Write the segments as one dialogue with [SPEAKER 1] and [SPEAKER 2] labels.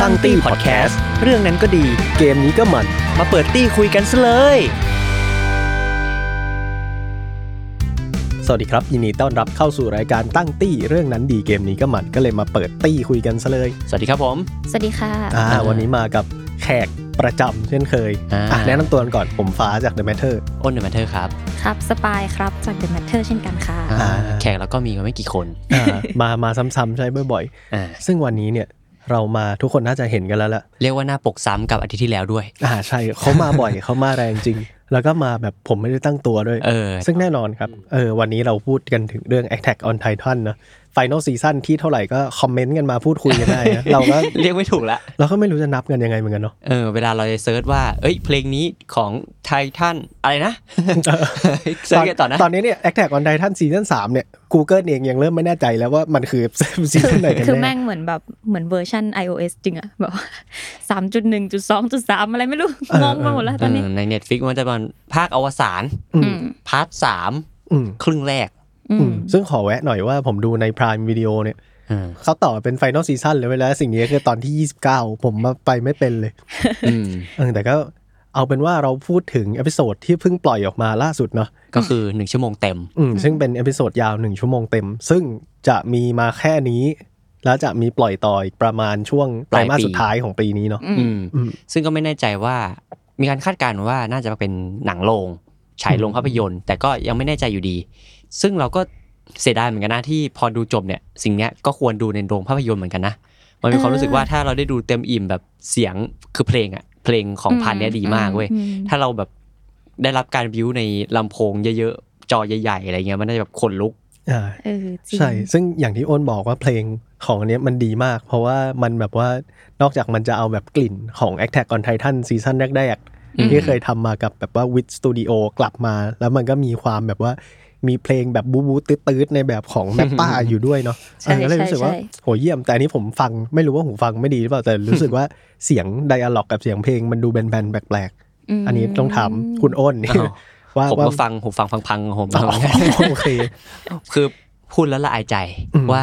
[SPEAKER 1] ตั้งตี้พอดแคสต์เรื่องนั้นก็ดี เกมนี้ก็มัน มาเปิดตี้คุยกันซะเลย สวัสดีครับ ยินดีต้อนรับเข้าสู่รายการตั้งตี้เรื่องนั้นดีเกมนี้ก็มันก็เลยมาเปิดตี้คุยกันซะเลย
[SPEAKER 2] สวัสดีครับผม
[SPEAKER 3] สวัสดีค่ะ
[SPEAKER 1] อ่า
[SPEAKER 2] อ่า
[SPEAKER 1] วันนี้มากับแขกประจำเช่นเคย
[SPEAKER 2] อ่า
[SPEAKER 1] อ่ะแนะนำตัวกันก่อนผมฟ้าจาก The Matter
[SPEAKER 2] อ้นเดอะแมทเทอร์ครับ
[SPEAKER 3] ครับ สปายครับ จาก The Matter เช่นกันค่ะ
[SPEAKER 1] อ่า
[SPEAKER 2] แขกแล้วก็มีกันไม่กี่คน
[SPEAKER 1] อ่า มามาซ้ำๆใช้บ่อย
[SPEAKER 2] อ่า
[SPEAKER 1] ๆ ซึ่งวันนี้เนี่ยเรามาทุกคนน่าจะเห็นกันแล้วล่ะ
[SPEAKER 2] เรียกว่าหน้าปกซ้ำกับอาทิตย์ที่แล้วด้วย
[SPEAKER 1] อ่าใช่เขามาบ่อย เขามาแรงจริง แล้วก็มาแบบผมไม่ได้ตั้งตัวด้วย
[SPEAKER 2] เออ
[SPEAKER 1] ซึ่งแน่นอนครับเออวันนี้เราพูดกันถึงเรื่อง Attack on Titan เนอะ Final Season ที่เท่าไหร่ก็คอมเมนต์กันมาพูดคุยกันได้ นะ เราก็
[SPEAKER 2] เรียกไม่ถูกละ
[SPEAKER 1] เราก็ไม่รู้จะนับกันยังไงเหมือนกันเนาะ
[SPEAKER 2] เออเวลาเราจะเซิร์ชว่า เอ้ย เพลงนี้ของไททันอะไรนะ เซิร์ชกันต่อนะ
[SPEAKER 1] ตอนนี้เนี่ย Attack on Titan Season 3เนี่ย Google เองยังเริ่มไม่แน่ใจแล้วว่ามันคือ ซีซั่นไหนกัน
[SPEAKER 3] คือ
[SPEAKER 1] แน่
[SPEAKER 3] แม่งเหมือนแบบ เหมือนเวอร์ชัน iOS จริงอะแบบสาม จุดหนึ่งจุดสองจุดสามอะไรไม่รู้ งงไปหมดแล้วตอนนี้
[SPEAKER 2] เออใน Netflix มันจะเป็นภาคอวสาน
[SPEAKER 1] อื
[SPEAKER 3] อื
[SPEAKER 1] ม
[SPEAKER 3] ม
[SPEAKER 2] พาร์ทสาม
[SPEAKER 1] อืม
[SPEAKER 2] ครึ่งแรก
[SPEAKER 3] อื
[SPEAKER 1] อื
[SPEAKER 3] ม
[SPEAKER 1] มซึ่งขอแวะหน่อยว่าผมดูใน Prime Video เนี่ย
[SPEAKER 2] เออ
[SPEAKER 1] เขาต่อเป็น Final Season เลยเว้ยแล้วสิ่งนี้คือตอนที่ 29 ผมมาไปไม่เป็นเลย
[SPEAKER 2] อืม
[SPEAKER 1] เออแต่ก็เอาเป็นว่าเราพูดถึงเอพิโซดที่เพิ่งปล่อยออกมาล่าสุดเนาะ
[SPEAKER 2] ก็คือหนึ่งชั่วโมงเต็ม
[SPEAKER 1] อืมซึ่งเป็นเอพิโซดยาวหนึ่งชั่วโมงเต็ม ซึ่งจะมีมาแค่นี้ แล้วจะมีปล่อยต่ออีกประมาณช่วงไตรมาส
[SPEAKER 2] ปลายปี
[SPEAKER 1] สุดท้ายของปีนี้เนาะ
[SPEAKER 2] อืม
[SPEAKER 1] อืม
[SPEAKER 2] ซึ่งก็ไม่แน่ใจว่ามีการคาดการณ์ว่าน่าจะเป็นหนังโรงฉายโรงภาพยนตร์ แต่ก็ยังไม่แน่ใจอยู่ดี ซึ่งเราก็เสียดายเหมือนกันนะที่พอดูจบเนี่ย สิ่งเนี้ยก็ควรดูในโรงภาพยนตร์เหมือนกันนะมันมีความ
[SPEAKER 3] เออ
[SPEAKER 2] รู้สึกว่าถ้าเราได้ดูเต็มอิ่มแบบเสียงคือเพลงอะเพลงของพันเนี้ยดีมากเว้ย
[SPEAKER 3] อืม
[SPEAKER 2] ถ้าเราแบบได้รับการวิวในลำโพงเยอะๆจอใหญ่ๆอะไรเงี้ยมันน่าจะแบบขนลุก
[SPEAKER 1] อ่า
[SPEAKER 3] เออจริง
[SPEAKER 1] ใช่ ซึ่งอย่างที่อ้นบอกว่าเพลงของอันเนี้ยมันดีมาก เพราะว่ามันแบบว่านอกจากมันจะเอาแบบกลิ่นของ a t t a c k on Titan ซีซั่นแรก
[SPEAKER 2] อืม
[SPEAKER 1] ๆที่เคยทำมากับแบบว่า with Studio กลับมา แล้วมันก็มีความแบบว่ามีเพลงแบบบูบูตืดๆในแบบ ของแมปป้าอยู่ด้วยเนาะ
[SPEAKER 3] ใช่
[SPEAKER 1] เออก็เลย
[SPEAKER 3] ใช่
[SPEAKER 1] รู้สึกว่า
[SPEAKER 3] ใช่
[SPEAKER 1] โหเยี่ยม แต่อันนี้ผมฟังไม่รู้ว่าหูฟังไม่ดีหรือเปล่า แต่รู้สึกว่าเสียงไดอะล็อกกับเสียงเพลงมันดูแบนๆแปลกๆ อันนี้ต้องถามคุณอ้น
[SPEAKER 2] อ้าว
[SPEAKER 1] ว่า
[SPEAKER 2] ผม
[SPEAKER 1] ว่า
[SPEAKER 2] ก็ฟังหูฟังพังๆของผม
[SPEAKER 1] อ๋อโอเค
[SPEAKER 2] คือพูดแล้วละอายใจ
[SPEAKER 1] อืม
[SPEAKER 2] ว่า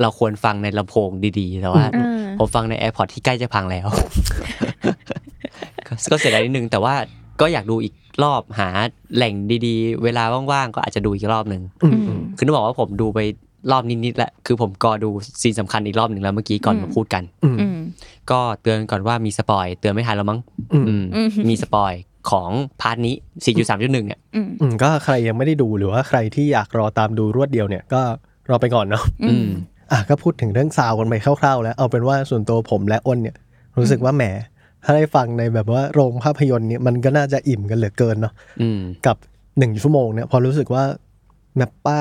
[SPEAKER 2] เราควรฟังในลำโพงดีๆ แต่ว่า
[SPEAKER 3] เออ
[SPEAKER 2] ผมฟังใน AirPod ที่ใกล้จะพังแล้ว ก็ก็เสียดายนิดนึง แต่ว่าก็อยากดูอีกรอบหาแหล่งดีๆ เวลาว่างๆ ก็อาจจะดูอีกรอบหนึ่ง
[SPEAKER 1] อืม
[SPEAKER 3] อืม
[SPEAKER 2] คือต้องบอกว่าผมดูไปรอบนิดๆแล้วคือผมก็ดูซีนสำคัญอีกรอบหนึ่งแล้วเมื่อกี้ก่อน
[SPEAKER 3] อืม
[SPEAKER 2] มาพูดกัน
[SPEAKER 1] อืม
[SPEAKER 3] อืม
[SPEAKER 2] ก็เตือนก่อนว่ามีสปอยเตือนไม่ทันแล้วมั้ง
[SPEAKER 1] อืม
[SPEAKER 2] อืม
[SPEAKER 3] อืม
[SPEAKER 2] มีสปอยของพาร์ทนี้4.3.1เนี่ย
[SPEAKER 3] อืม
[SPEAKER 1] อืมก็ใครยังไม่ได้ดูหรือว่าใครที่อยากรอตามดูรวดเดียวเนี่ยก็รอไปก่อนเนาะ
[SPEAKER 3] อื
[SPEAKER 2] อื
[SPEAKER 3] ม
[SPEAKER 2] ม
[SPEAKER 1] อ่ะก็พูดถึงเรื่องซาวด์กันไปคร่าวๆ แล้วเอาเป็นว่าส่วนตัวผมและอ้นเนี่ย รู้สึกว่าแหมถ้าได้ฟังในแบบว่าโรงภาพยนตร์เนี่ยมันก็น่าจะอิ่มกันเหลือเกินเนาะ
[SPEAKER 2] อืม
[SPEAKER 1] กับหนึ่งชั่วโมงเนี่ยพอรู้สึกว่าแมปป้า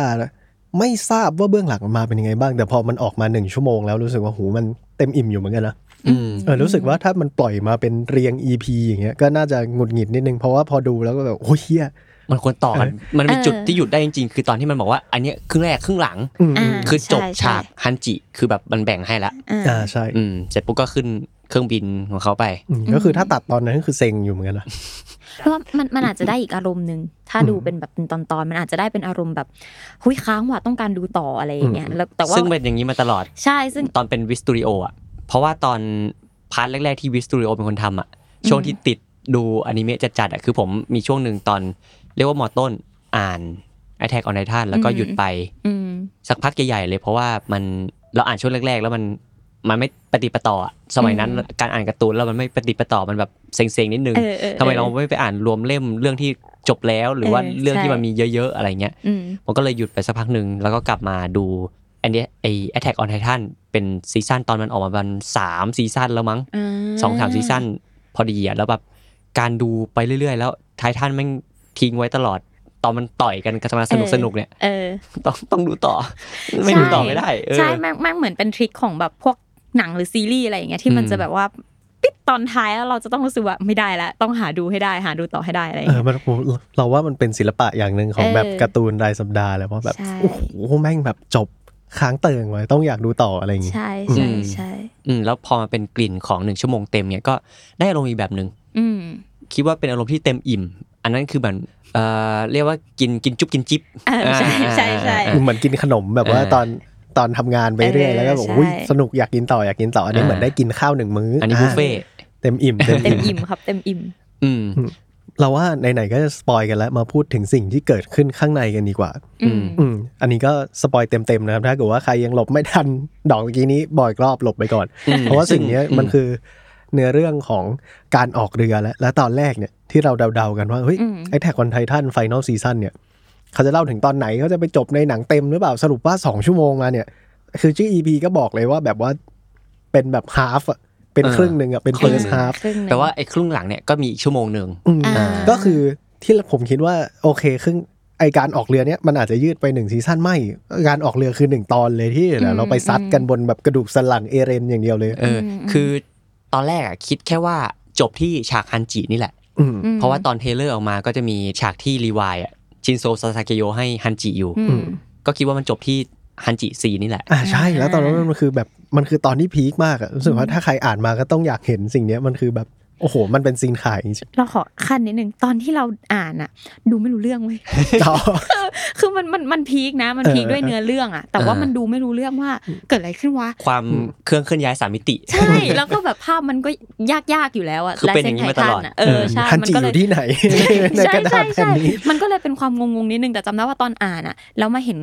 [SPEAKER 1] ไม่ทราบว่าเบื้องหลังมันมาเป็นยังไงบ้าง แต่พอมันออกมาหนึ่งชั่วโมงแล้วรู้สึกว่าหูมันเต็มอิ่มอยู่เหมือนกันนะ
[SPEAKER 2] อืม
[SPEAKER 1] เออรู้สึกว่าถ้ามันปล่อยมาเป็นเรียง EP อย่างเงี้ยก็น่าจะหงุดหงิดนิดนึง เพราะว่าพอดูแล้วก็แบบโอ้ยเฮีย
[SPEAKER 2] มันควรต่อกัน มันมี
[SPEAKER 3] เออ
[SPEAKER 2] จุดที่หยุดได้จริงๆ คือตอนที่มันบอกว่า อันเนี้ยครึ่งแรกครึ่งหลัง
[SPEAKER 1] อืม
[SPEAKER 3] อ่า
[SPEAKER 2] คือจบ
[SPEAKER 3] ใช่
[SPEAKER 2] ฉากฮันจิ คือแบบมันแบ่งให้ละ
[SPEAKER 3] อ่า
[SPEAKER 1] อ่าใช่
[SPEAKER 2] อืม เสร็จปุ๊บก็ขึ้นเครื่องบินของเขาไป
[SPEAKER 1] อืมก็คือถ้าตัดตอนนั้นก็คือเซ็งอยู่เหมือนกันนะ
[SPEAKER 3] เพราะว่ามันมันอาจจะได้อีกอารมณ์หนึ่งถ้า
[SPEAKER 1] อืม
[SPEAKER 3] ดูเป็นแบบเป็นตอนตอนๆมันอาจจะได้เป็นอารมณ์แบบหุยค้างว่ะต้องการดูต่ออะไรอย่างเงี้ย
[SPEAKER 1] อืม
[SPEAKER 3] แล้วแต่ว่า
[SPEAKER 2] ซึ่งเป็นอย่างนี้มาตลอด
[SPEAKER 3] ใช่ซึ่ง
[SPEAKER 2] ตอนเป็นวิสตูดิโออ่ะ เพราะว่าตอนพาร์ทแรก ๆ ที่วิสตูดิโอเป็นคนทำอ่ะ ช่วงที่ติดดูอนิเมะจัดๆอ่ะ คือผมมีช่วงหนึ่งตอนเรียกว่ามอต้นอ่าน Attack on Titan แล้วก็หยุดไป
[SPEAKER 3] อืม
[SPEAKER 2] สักพักใหญ่ๆเลยเพราะว่ามันเราอ่านช่วงแรก ๆ แล้วมันมันไม่ปฏิดปะต่ออะสมัยนั้น
[SPEAKER 3] อืม
[SPEAKER 2] การอ่านการ์ตูนแล้วมันไม่ปฏิดปะต่อมันแบบเซ็งๆนิดนึง
[SPEAKER 3] เออออออ
[SPEAKER 2] ทำไมเราไม่ไปอ่านรวมเล่มเรื่องที่จบแล้วหรือว่า
[SPEAKER 3] เออ
[SPEAKER 2] เรื่องที่
[SPEAKER 3] ใช่
[SPEAKER 2] มันมีเยอะๆอะไรเงี้ย
[SPEAKER 3] อืม
[SPEAKER 2] มันก็เลยหยุดไปสักพักหนึ่งแล้วก็กลับมาดูอันเนี้ยไอ Attack on Titan เป็นซีซั่นตอนมันออกมาประมาณสามซีซั่นแล้วมั้งสองสามซีซั่นพอดีอะแล้วแบบการดูไปเรื่อยๆ แล้วไททันแม่งทิ้งไว้ตลอด ตอนมันต่อยกันกันมาสนุกสนุกๆเนี่ย
[SPEAKER 3] เออ
[SPEAKER 2] ต้องต้องดูต่อ ไม่ดูต่อไม่ได้เออ
[SPEAKER 3] ใช่แม่งแม่งเหมือนเป็นทริคของแบบพวกหนังหรือซีรีส์อะไรอย่างเงี้ยที่มัน
[SPEAKER 2] อืม
[SPEAKER 3] จะแบบว่าปิดตอนท้ายแล้วเราจะต้องรู้สึกว่าไม่ได้ละต้องหาดูให้ได้หาดูต่อให้ได้อะไรอย่าง
[SPEAKER 1] เอ
[SPEAKER 3] เงี้ย
[SPEAKER 1] อมันผมเราว่ามันเป็นศิลปะอย่างหนึ่งของ
[SPEAKER 3] เออ
[SPEAKER 1] แบบการ์ตูนรายสัปดาห์แหล้วว่าแบบ
[SPEAKER 3] ใช่
[SPEAKER 1] โอ้โหแม่งแบบจบค้างเติ่งไว้ต้องอยากดูต่ออะไรอย่างงี้
[SPEAKER 3] ใช่ใช่
[SPEAKER 2] อืม
[SPEAKER 3] ใช่
[SPEAKER 2] อืมแล้วพอมาเป็นกลิ่นของหนึ่งชั่วโมงเต็มเนี่ยก็ได้อารมณ์อีกแบบหนึ่ง
[SPEAKER 3] อืม
[SPEAKER 2] คิดว่าเป็นอารมณ์ที่เต็มอิ่ม อันนั้นคือแบบเอ่อเรียกว่ากินกินจุ๊บกินจิ๊บ
[SPEAKER 3] เออใช่ใช่ใช่
[SPEAKER 2] เออ
[SPEAKER 1] เหมือนกินขนมแบบว่า
[SPEAKER 2] เออ
[SPEAKER 1] ตอนตอนทำงานไปเรื่อย
[SPEAKER 3] เออ
[SPEAKER 1] แล้วก็บอก
[SPEAKER 3] ใช่
[SPEAKER 1] อุ้ยสนุกอยากกินต่ออยากกินต่ออันนี้
[SPEAKER 2] อ่า
[SPEAKER 1] เหมือนได้กินข้าวหนึ่งมื้อ
[SPEAKER 2] อั
[SPEAKER 1] อั
[SPEAKER 2] นนี้บุฟเฟ่ต์
[SPEAKER 1] เต็มอิ่มเต็ม
[SPEAKER 3] เต็ม
[SPEAKER 1] อิ่ม
[SPEAKER 3] อิ่มครับเต็มอิ่ม
[SPEAKER 2] อืม
[SPEAKER 1] เราว่าไหนๆก็จะสปอยกันแล้วมาพูดถึงสิ่งที่เกิดขึ้นข้างในกันดีกว่า
[SPEAKER 3] อืม
[SPEAKER 1] อืมอันนี้ก็สปอยเต็มๆนะครับ ถ้าเกิดว่าใครยังหลบไม่ทันดอกเมื่อกี้นี้บ่อยรอบหลบไปก่อน
[SPEAKER 2] อืม
[SPEAKER 1] เพราะว่าสิ่งเนี้ย
[SPEAKER 2] อืม
[SPEAKER 1] มันคือเนื้อเรื่องของการออกเรือแล้วและตอนแรกเนี่ยที่เราเดาๆกันว่าเฮ้ย
[SPEAKER 3] อืม
[SPEAKER 1] ไอแท็กคอนไททันไฟนอลซีซั่นเนี่ย เขาจะเล่าถึงตอนไหนเขาจะไปจบในหนังเต็มหรือเปล่าสรุปว่า 2 ชั่วโมงมาเนี่ย คือชื่อ EP ก็บอกเลยว่าแบบว่าเป็นแบบฮาฟอะเป็นครึ่งหนึ่งอะเป็นเฟิร์สฮาฟ
[SPEAKER 3] ครึ่งหนึ่ง
[SPEAKER 2] แปลว่าไอ้ครึ่งหลังเนี่ยก็มีอีกชั่วโมงหนึ่ง
[SPEAKER 1] อืม
[SPEAKER 3] อ่า
[SPEAKER 1] ก็คือที่ผมคิดว่าโอเคครึ่งไอการออกเรือเนี้ยมันอาจจะยืดไปหนึ่งซีซั่นไม่ การออกเรือคือหนึ่งตอนเลยที่เดี๋ยวเราไปซัดกันบนแบบกระดูกสันหลังเอเรนอย่างเดียวเลย
[SPEAKER 2] เอออคือตอนแรกอะคิดแค่ว่าจบที่ฉากฮันจินี่แหละ
[SPEAKER 1] อืม
[SPEAKER 3] อืม
[SPEAKER 2] เพราะว่าตอนเทรลเลอร์ออกมาก็จะมีฉากที่รีวายอะชินโซซาซาเกโยให้ฮันจิอยู่
[SPEAKER 3] อืม
[SPEAKER 2] ก็คิดว่ามันจบที่ฮันจิซีนี่แหละ
[SPEAKER 1] อ่าใช่แล้วตอนนั้นมันคือแบบมันคือตอนที่พีคมากอะรู้สึกว่าถ้าใครอ่านมาก็ต้องอยากเห็นสิ่งเนี้ยมันคือแบบโอ้โห มันเป็นซีนขายจริง
[SPEAKER 3] เราขอขั้นนิดนึงตอนที่เราอ่านอะดูไม่รู้เรื่องเว้ย
[SPEAKER 1] ๆต่อ
[SPEAKER 3] คือมันมันมันพีคนะ มันพีค
[SPEAKER 1] เออ
[SPEAKER 3] ด้วยเนื้อเรื่องอะแต่ว่า
[SPEAKER 2] เออ
[SPEAKER 3] มันดูไม่รู้เรื่องว่าเกิดอะไรขึ้นวะ
[SPEAKER 2] ความเครื่องเคลื่อนย้ายสามมิติ
[SPEAKER 3] ใช่ แล้วก็แบบภาพมันก็ยากยากๆอยู่แล้วอะ
[SPEAKER 2] คือเป็นอย่างนี้มาตลอด
[SPEAKER 3] ะเออใช่
[SPEAKER 1] ฮัน
[SPEAKER 3] มั
[SPEAKER 1] จิ
[SPEAKER 3] ก็
[SPEAKER 1] อ
[SPEAKER 3] เลย
[SPEAKER 1] ยู่ที่ไหน ในก
[SPEAKER 3] ใช่
[SPEAKER 1] ระดาษ
[SPEAKER 3] ใช่
[SPEAKER 1] แผ่น
[SPEAKER 3] ใช่
[SPEAKER 1] นี้
[SPEAKER 3] มันก็เลยเป็นความงงๆนิดนึงแต่จำได้ว่าตอนอ่านอะแล้วมาเห็น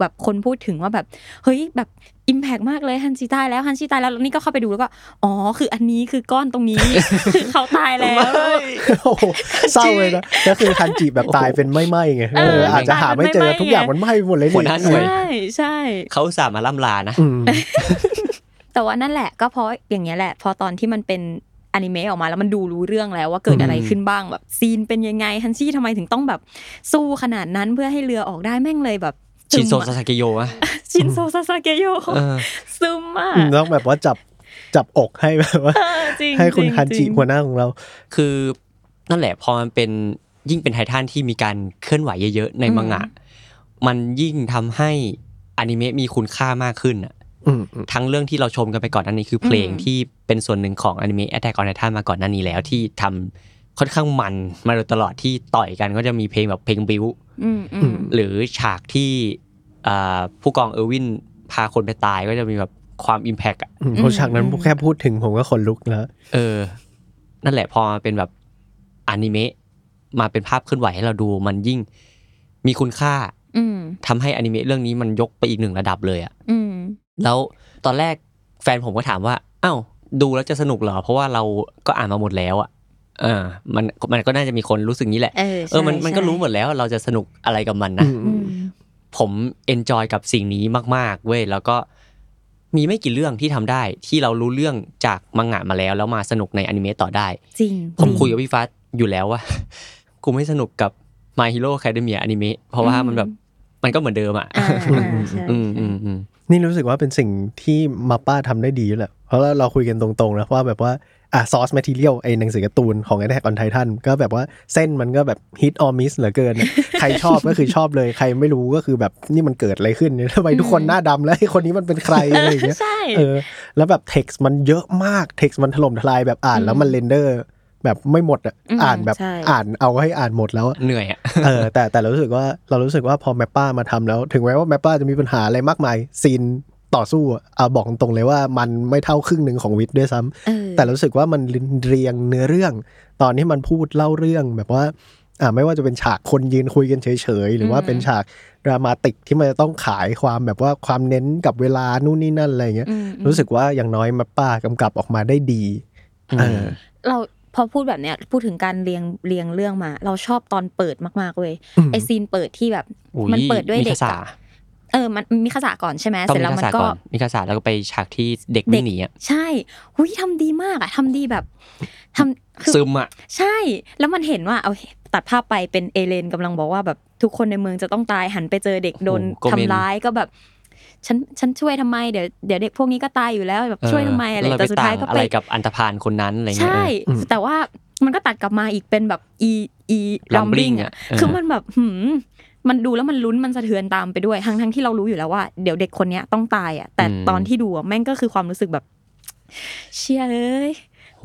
[SPEAKER 3] แบบคนพูดถึงว่าแบบเฮ้ยแบบอิมแพกมากเลยฮันจิตายแล้วฮันจิตายแล้วแล้วนี่ก็เข้าไปดูแล้วก็อ๋อคืออันนี้คือก้อนตรงนี้ คือเขาตายแล้ว
[SPEAKER 1] โอ้โหเศร้าเลยนะก็คือฮันจิแบบตายเป็นไม่ไหม้ไง
[SPEAKER 3] เออ
[SPEAKER 1] เอออาจจะหาไม่เจอ
[SPEAKER 3] ตายเป็นไม่ไหม้ไง
[SPEAKER 1] ทุกอย่างมันไหม้หมดเลย
[SPEAKER 2] หัวหน้าหน่วย
[SPEAKER 3] ใช่ใช่
[SPEAKER 2] เขาอุตสาห์มาล่ำลานะ
[SPEAKER 1] อืม
[SPEAKER 3] แต่ว่านั่นแหละก็เพราะอย่างเงี้ยแหละพอตอนที่มันเป็นอนิเมะออกมาแล้วมันดูรู้เรื่องแล้วว่าเกิดอะไรขึ้นบ้างแบบซีนเป็นยังไงฮันชี่ทำไมถึงต้องแบบสู้ขนาดนั้นเพื่อให้เรือออกได้แม่งเลยแบบซึ
[SPEAKER 2] ชิน
[SPEAKER 3] ม
[SPEAKER 2] โซ
[SPEAKER 3] อะ
[SPEAKER 2] ซาซาเกโยอะ
[SPEAKER 3] ชินโซซาซาเกโย
[SPEAKER 2] เออ
[SPEAKER 3] ซึมอ่ะ
[SPEAKER 1] ต้องแบบว่าจับจับอกให้แบบว่า
[SPEAKER 3] เออจริง
[SPEAKER 1] ให้คุณ
[SPEAKER 3] ริง
[SPEAKER 1] ฮันจิ
[SPEAKER 3] ริง
[SPEAKER 1] หัวหน้าของเรา
[SPEAKER 2] คือนั่นแหละพอมันเป็นยิ่งเป็นไททันที่มีการเคลื่อนไหวเยอะๆ ในมังงะ มันยิ่งทำให้อนิเมะมีคุณค่ามากขึ้นอะ
[SPEAKER 1] อืมอืม
[SPEAKER 2] ทั้งเรื่องที่เราชมกันไปก่อนอันนี้คือเพลงที่เป็นส่วนหนึ่งของอนิเมะ Attack on Titan มาก่อนหน้านี้แล้วที่ทำค่อนข้างมันมาโดยตลอดที่ต่อยกันก็จะมีเพลงแบบเพลงบิว
[SPEAKER 3] อืมอืม
[SPEAKER 2] หรือฉากที่อ่าผู้กองเออร์วินพาคนไปตายก็จะมีแบบความอิมแพกอะ
[SPEAKER 1] อืมเพราะฉากนั้นแค่พูดถึงผมก็ขนลุกแล้ว
[SPEAKER 2] เออ นั่นแหละพอมาเป็นแบบอนิเมะมาเป็นภาพเคลื่อนไหวให้เราดู มันยิ่งมีคุณค่า
[SPEAKER 3] อืม
[SPEAKER 2] ทำให้อนิเมะเรื่องนี้มันยกไปอีกหนึ่งระดับเลยอะ
[SPEAKER 3] อืม
[SPEAKER 2] แล้วตอนแรกแฟนผมก็ถามว่าอ้าวดูแล้วจะสนุกเหรอ เพราะว่าเราก็อ่านมาหมดแล้วอะเออ มันมันก็น่าจะมีคนรู้สึกนี้แหละ
[SPEAKER 3] เออ
[SPEAKER 2] เออมัน
[SPEAKER 3] ใช่
[SPEAKER 2] มันก็
[SPEAKER 3] ใช่
[SPEAKER 2] รู้หมดแล้วเราจะสนุกอะไรกับมันนะ
[SPEAKER 3] อืม
[SPEAKER 2] ผมเอนจอยกับสิ่งนี้มากๆเว้ยแล้วก็มีไม่กี่เรื่องที่ทำได้ ที่เรารู้เรื่องจากมังงะมาแล้วแล้วมาสนุกในอนิเมะต่อได้
[SPEAKER 3] จริง
[SPEAKER 2] ผม
[SPEAKER 3] จริง
[SPEAKER 2] คุยกับพี่ฟ้าอยู่แล้วว่า กูไม่สนุกกับ My Hero Academia อนิเมะเพราะว่า
[SPEAKER 3] อืม
[SPEAKER 2] มันแบบมันก็เหมือนเดิมอ่ะ
[SPEAKER 3] อ่าอ่าใช่
[SPEAKER 2] อืมอืมอืม
[SPEAKER 1] นี่รู้สึกว่าเป็นสิ่งที่มาป้าทำได้ดีแหละเพราะเราคุยกันตรงๆนะว่าแบบว่าอ่ะซอสแมทเทียลไอ้หนังสือการ์ตูนของไอ้แท็กออนไททันก็แบบว่าเส้นมันก็แบบฮิตออมิสเหลือเกิน ใครชอบก็คือชอบเลยใครไม่รู้ก็คือแบบนี่มันเกิดอะไรขึ้นเนี่ยทำไมทุกคนหน้าดำแล้วไอ้คนนี้มันเป็นใครอะไรอย่างเงี้ย
[SPEAKER 3] ใช่
[SPEAKER 1] เออแล้วแบบเท็กซ์มันเยอะมากเท็กซ์มันถล่มทลายแบบอ่านแล้วมันเรนเดอร์ แบบไม่หมดอ่ะ
[SPEAKER 3] อืม
[SPEAKER 1] อ่านแบบ
[SPEAKER 3] ใช่
[SPEAKER 1] อ่านเอาให้อ่านหมด แล้วอะ
[SPEAKER 2] เหนื่อยอ่ะ
[SPEAKER 1] เออแต่แต่เรารู้สึกว่าเรารู้สึกว่าพอแมปป้ามาทำแล้ว ถึงแม้ว่าแมปป้าจะมีปัญหาอะไรมากมายซีนต่อสู้อะเอาบอกตรงเลยว่ามันไม่เท่าครึ่งหนึ่งของวิทย์ด้วยซ้ำ
[SPEAKER 3] เออ
[SPEAKER 1] แต่รู้สึกว่ามันเรียงเนื้อเรื่อง ตอนที่มันพูดเล่าเรื่องแบบว่าอ่าไม่ว่าจะเป็นฉากคนยืนคุยกันเฉยๆ หรือว่า
[SPEAKER 3] อืม
[SPEAKER 1] เป็นฉากดรามาติกที่มันจะต้องขายความแบบว่าความเน้นกับเวลานู่นนี่นั่นอะไรอย่างเงี้ย
[SPEAKER 3] อืมอืม
[SPEAKER 1] รู้สึกว่าอย่างน้อยมาป้ากำกับออกมาได้ดี เออ
[SPEAKER 3] เราพอพูดแบบเนี้ยพูดถึงการเรียงเรียงเรื่องมา เราชอบตอนเปิดมากๆเว้ย
[SPEAKER 1] อืม
[SPEAKER 3] ไอซีนเปิดที่แบบ
[SPEAKER 2] อุ๊
[SPEAKER 3] มันเปิดด้วยเด็ก
[SPEAKER 2] มิคาสา
[SPEAKER 3] อะเออมันมีขสาก่อนใช่ไหม
[SPEAKER 2] ต้อ
[SPEAKER 3] เส
[SPEAKER 2] ง
[SPEAKER 3] ร็จ
[SPEAKER 2] มีคา
[SPEAKER 3] แล้วมั
[SPEAKER 2] สาน
[SPEAKER 3] ก็
[SPEAKER 2] ก่อนมีคาสาแล้วก็ไปฉากที่เด็กวิ่งหนีอ่ะ
[SPEAKER 3] ใช่หุยทำดีมากอะทำดีแบบทำ คือ
[SPEAKER 2] ซึมอ่ะ
[SPEAKER 3] ใช่ แล้วมันเห็นว่าเอาตัดภาพไปเป็นเอเลนกำลังบอกว่าแบบทุกคนในเมืองจะต้องตายหันไปเจอเด็กโดน
[SPEAKER 2] โอ้โห
[SPEAKER 3] ทำร้ายก็แบบ ฉันฉันช่วยทำไมเดี๋ยวเดี๋ยวเด็กพวกนี้ก็ตายอยู่แล้วแบบช่วยทำไมอะไร
[SPEAKER 2] แล้วเา
[SPEAKER 3] แต่สุดท้ายก็
[SPEAKER 2] อะ
[SPEAKER 3] ไป
[SPEAKER 2] ไรกับอันธพาลคนนั้นอะไรเงี้ย
[SPEAKER 3] ใช่
[SPEAKER 2] เออ
[SPEAKER 1] อืม
[SPEAKER 3] แต่ว่ามันก็ตัดกลับมาอีกเป็นแบบอีอี
[SPEAKER 2] Rumbling อะ
[SPEAKER 3] อะ
[SPEAKER 2] เออ
[SPEAKER 3] คือมันแบบหืมมันดูแล้วมันลุ้นมันสะเทือนตามไปด้วยทั้งทั้งที่เรารู้อยู่แล้วว่าเดี๋ยวเด็กคนเนี้ยต้องตายอ่ะ แต่ตอนที่ดูอะแม่งก็คือความรู้สึกแบบ เชียเอ้ย
[SPEAKER 2] โห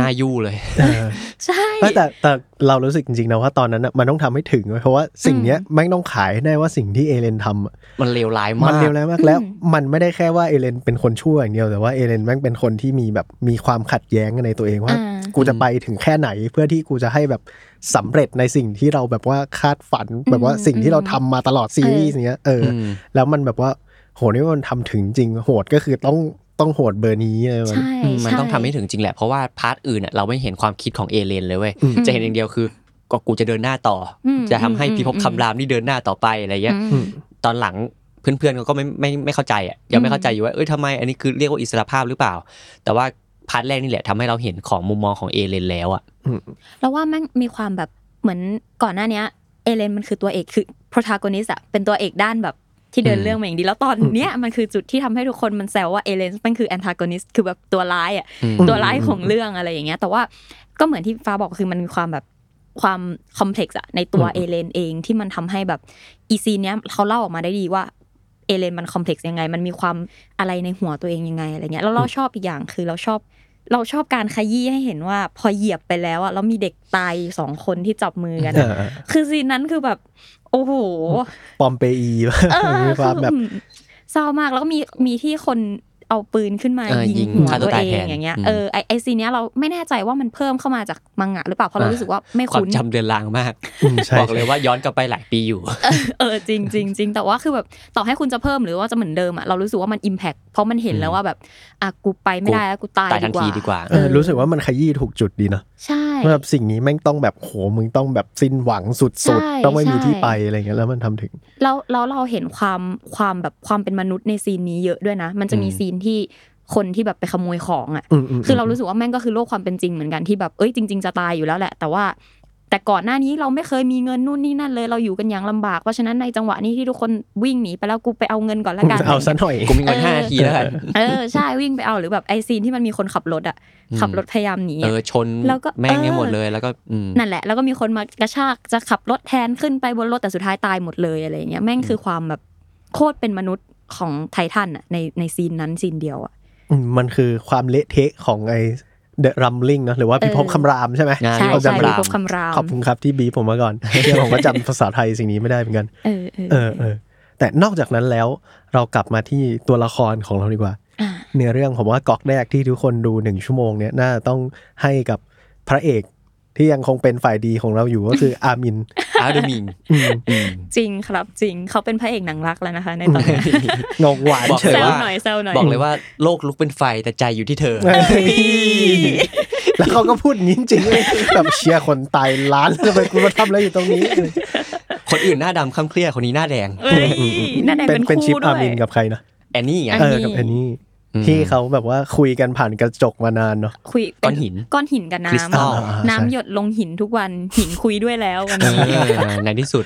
[SPEAKER 2] น่ายู่เลย
[SPEAKER 1] เออ
[SPEAKER 3] ใช่
[SPEAKER 1] เอ้ยแต่แต่เรารู้สึกจริงๆนะว่าตอนนั้นน่ะมันต้องทำให้ถึงเว้ยเพราะว่าสิ่งเนี้ยแม่งต้องขายให้ได้ว่าสิ่งที่เอเลนทำอะ
[SPEAKER 2] มันเลวร้าย
[SPEAKER 1] มั
[SPEAKER 2] มาน ก
[SPEAKER 1] เลวร้ายมากแล้ว มันไม่ได้แค่ว่าเอเลนเป็นคนชั่วอย่างเดียวแต่ว่าเอเลนแม่งเป็นคนที่มีแบบมีความขัดแย้งกันในตัวเองว่า
[SPEAKER 3] อ่ากู
[SPEAKER 1] กูจะไปถึงแค่ไหนเพื่อที่กูจะให้แบบสำเร็จในสิ่งที่เราแบบว่าคาดฝันแบบว่าสิ่งที่เราทำมาตลอดซีรีส์เนี้ยเอออ
[SPEAKER 2] ม
[SPEAKER 1] แล้วมันแบบว่าโหนี่มันทำถึงจริงโหดก็คือต้องต้องโหดเบอร์นี้อะไรมัน
[SPEAKER 3] ใช่
[SPEAKER 2] อืมมัน
[SPEAKER 3] ใช่
[SPEAKER 2] ต้องทำให้ถึงจริงแหละ เพราะว่าพาร์ทอื่นอะเราไม่เห็นความคิดของเอเลนเลยเว้ย
[SPEAKER 1] อืม
[SPEAKER 2] จะเห็นอย่างเดียวคือก็กูจะเดินหน้าต่ออ
[SPEAKER 3] ม
[SPEAKER 2] จะทำให้พิภพ
[SPEAKER 3] อืม
[SPEAKER 2] คำรามนี่เดินหน้าต่อไปอะไรเงี้ย
[SPEAKER 3] อืม
[SPEAKER 2] ตอนหลังเพื่อนๆเขาก็ไม่ไม่ไม่เข้าใจอ่ะยังไม่
[SPEAKER 3] อืม
[SPEAKER 2] เข้าใจอยู่ว่าเอ้ยทำไมอันนี้คือเรียกว่าอิสรภาพหรือเปล่า แต่ว่าพาร์ทแรกนี่แหละทำให้เราเห็นของมุมมองของเอเลนแล้วอ่ะ
[SPEAKER 3] เราว่าแม่งมีความแบบเหมือนก่อนหน้าเนี้ยเอเลนมันคือตัวเอกคือ protagonist อะเป็นตัวเอกด้านแบบที่เดิน
[SPEAKER 2] อืม
[SPEAKER 3] เรื่องมาอย่างดีแล้วตอนเนี้ยมันคือจุดที่ทำให้ทุกคนมันแซวว่าเอเลนมันคือ antagonist คือแบบตัวร้ายอะ
[SPEAKER 2] อืม
[SPEAKER 3] ตัวร้ายของเรื่องอะไรอย่างเงี้ยแต่ว่าก็เหมือนที่ฟ้าบอกคือมันมีความแบบความ complex อะในตัวเอเลนเองที่มันทำให้แบบอีซีนเนี้ยเขาเล่าออกมาได้ดีว่าเอเลนมัน complex ยังไง มันมีความอะไรในหัวตัวเองยังไงอะไรเงี้ยแล้วเราชอบอีกอย่างคือเราชอบ เราชอบการขยี้ให้เห็นว่าพอเหยียบไปแล้วอะแล้วมีเด็กตายอยู่สองคนที่จับมือกัน
[SPEAKER 1] เอ
[SPEAKER 3] อะ
[SPEAKER 1] อ
[SPEAKER 3] คือซีนนั้นคือแบบ โอ้โห
[SPEAKER 1] ปอมเปอีว่ะ
[SPEAKER 3] เออ
[SPEAKER 1] มีความแบบ
[SPEAKER 3] คือ เศร้ามากแล้วก็มีมีที่คนเอาปืนขึ้นมา
[SPEAKER 2] เออยิ
[SPEAKER 3] ยิ
[SPEAKER 2] ง
[SPEAKER 3] งหัว
[SPEAKER 2] ฆ่าตั
[SPEAKER 3] ตัว ว
[SPEAKER 2] ตาย
[SPEAKER 3] เอ
[SPEAKER 2] แท
[SPEAKER 3] ง
[SPEAKER 2] น
[SPEAKER 3] อย่างเงี้ย
[SPEAKER 2] อืม
[SPEAKER 3] เออไอไอซีนเนี้ยเราไม่แน่ใจว่ามันเพิ่มเข้ามาจากมังงะหรือเปล่าเพราะเรารู้สึกว่าไม่
[SPEAKER 2] ความ
[SPEAKER 3] คุ้น
[SPEAKER 2] จำเดือนลางมาก
[SPEAKER 1] อืมใช่
[SPEAKER 2] บอกเลยว่าย้อนกลับไปหลายปีอยู่
[SPEAKER 3] เออจริงจริงจริงแต่ว่าคือแบบต่อให้คุณจะเพิ่มหรือว่าจะเหมือนเดิมอะเรารู้สึกว่ามันอิมแพคเพราะมันเห็นแล้วว่าแบบอ่ะกูไปไม่ได้แล้วกูตาย
[SPEAKER 2] ตายทันทีดีกว่า
[SPEAKER 1] เออรู้สึกว่ามันขยี้ถูกจุดดีนะ
[SPEAKER 3] ใช่
[SPEAKER 1] ว่าแบบสิ่งนี้แม่งต้องแบบโหมึงต้องแบบสิ้นหวัง
[SPEAKER 3] ใช่
[SPEAKER 1] สุดๆ ต้องไม่มี
[SPEAKER 3] ใช่
[SPEAKER 1] ที่ไปอะไรเงี้ยแล้วมันทำถึง
[SPEAKER 3] แล้วแล้วเราเห็นความความแบบความเป็นมนุษย์ในซีนนี้เยอะด้วยนะ มันจะมี
[SPEAKER 2] อืม
[SPEAKER 3] ซีนที่คนที่แบบไปขโมยของอ่ะ
[SPEAKER 1] อืมๆๆ
[SPEAKER 3] คือเรารู้สึกว่าแม่งก็คือโลกความเป็นจริงเหมือนกันที่แบบเอ้ยจริง ๆจะตายอยู่แล้วแหละ แต่ว่า แต่ก่อนหน้านี้เราไม่เคยมีเงินนู่นนี่นั่นเลยเราอยู่กันอย่างลำบากเพราะฉะนั้นในจังหวะนี้ที่ทุกคนวิ่งหนีไปแล้วกูไปเอาเงินก่อนละกัน
[SPEAKER 1] เอาซะหน่อย
[SPEAKER 2] กูมีเงิน
[SPEAKER 3] เออ
[SPEAKER 2] ห้านาทีแล้วกัน
[SPEAKER 3] เออใช่วิ่งไปเอาหรือแบบไอซีนที่มันมีคนขับรถอ่ะขับรถพยายามหนี
[SPEAKER 2] เออ
[SPEAKER 3] อะ
[SPEAKER 2] ชน
[SPEAKER 3] แล้วก็
[SPEAKER 2] แม่งเนี่ย
[SPEAKER 3] เออ
[SPEAKER 2] หมดเลยแล้วก็อืม
[SPEAKER 3] นั่นแหละแล้วก็มีคนมากระชากจะขับรถแทนขึ้นไปบนรถแต่สุดท้ายตายหมดเลยอะไรอย่างเงี้ยแม่งคือความแบบโคตรเป็นมนุษย์ของไททันอะในในซีนนั้นซีนเดียวอะ
[SPEAKER 1] อืมมันคือความเละเทะของไอ้เดอะรัมลิงเนาะหรือว่าพิภพ
[SPEAKER 3] เออ
[SPEAKER 1] คำรามใช่ไหม
[SPEAKER 2] ใช่
[SPEAKER 3] ใช่
[SPEAKER 1] ผม
[SPEAKER 3] ใช่
[SPEAKER 1] จำไม่
[SPEAKER 3] รู
[SPEAKER 1] ได้
[SPEAKER 3] ปคำราม
[SPEAKER 1] ขอบคุณครับที่บีบผมมาก่ อนเดี๋ยวผมก็จำภาษาไทยสิ่งนี้ไม่ได้เหมือนกัน
[SPEAKER 3] เออเออ
[SPEAKER 1] เออเออแต่นอกจากนั้นแล้วเรากลับมาที่ตัวละครของเราดีกว่า
[SPEAKER 3] อ่า
[SPEAKER 1] เนื้อเรื่องผมว่าก๊อกแรกที่ทุกคนดูหนึ่งชั่วโมงเนี่ยน่าต้องให้กับพระเอกที่ยังคงเป็นฝ่ายดีของเราอยู่ก็คือ อามิ น
[SPEAKER 2] อาร์ดูมิง
[SPEAKER 1] อืม
[SPEAKER 2] อืม
[SPEAKER 3] จริงครับจริงเขาเป็นพระเอกหนังรักแล้วนะคะ ในตอน นี้
[SPEAKER 1] งงหวาน
[SPEAKER 2] บอก
[SPEAKER 1] เฉ
[SPEAKER 2] เลย
[SPEAKER 3] แซว
[SPEAKER 2] ว่า
[SPEAKER 3] หน่อยแซวหน่อย
[SPEAKER 2] บอกเลยว่าโลกลุกเป็นไฟแต่ใจอยู่ที่เธอ
[SPEAKER 1] เฮ้ยแล้วเขาก็พูดอย่างนี้จริงๆแบบเชียร์คนตายล้านทำไมกูมาทำอะไรอยู่ตรงนี้
[SPEAKER 2] คนอื่นหน้าดำค่ำเครียดคนนี้หน้าแดง
[SPEAKER 3] เอ้ยนั่นแหละเป็น
[SPEAKER 1] เป็นชิป
[SPEAKER 3] คู่ด้
[SPEAKER 1] อา
[SPEAKER 3] วย
[SPEAKER 1] มินกับใครนะ
[SPEAKER 2] แอนนี่ไง
[SPEAKER 3] อัน
[SPEAKER 1] เอ
[SPEAKER 3] นี้
[SPEAKER 1] อกับอันนี้
[SPEAKER 2] อืม
[SPEAKER 1] ที่เขาแบบว่าคุยกันผ่านกระจกมานานเนาะ
[SPEAKER 3] คุย
[SPEAKER 2] ก้อนหิน
[SPEAKER 3] ก้อนหินกับ
[SPEAKER 2] คริส
[SPEAKER 3] น้ำ
[SPEAKER 2] ตั
[SPEAKER 3] อะ
[SPEAKER 2] ล
[SPEAKER 1] อ่า
[SPEAKER 3] น้ำหยดลงหินทุกวัน หินคุยด้วยแล้ววัน
[SPEAKER 2] เอ
[SPEAKER 3] นี้
[SPEAKER 2] อในที่สุด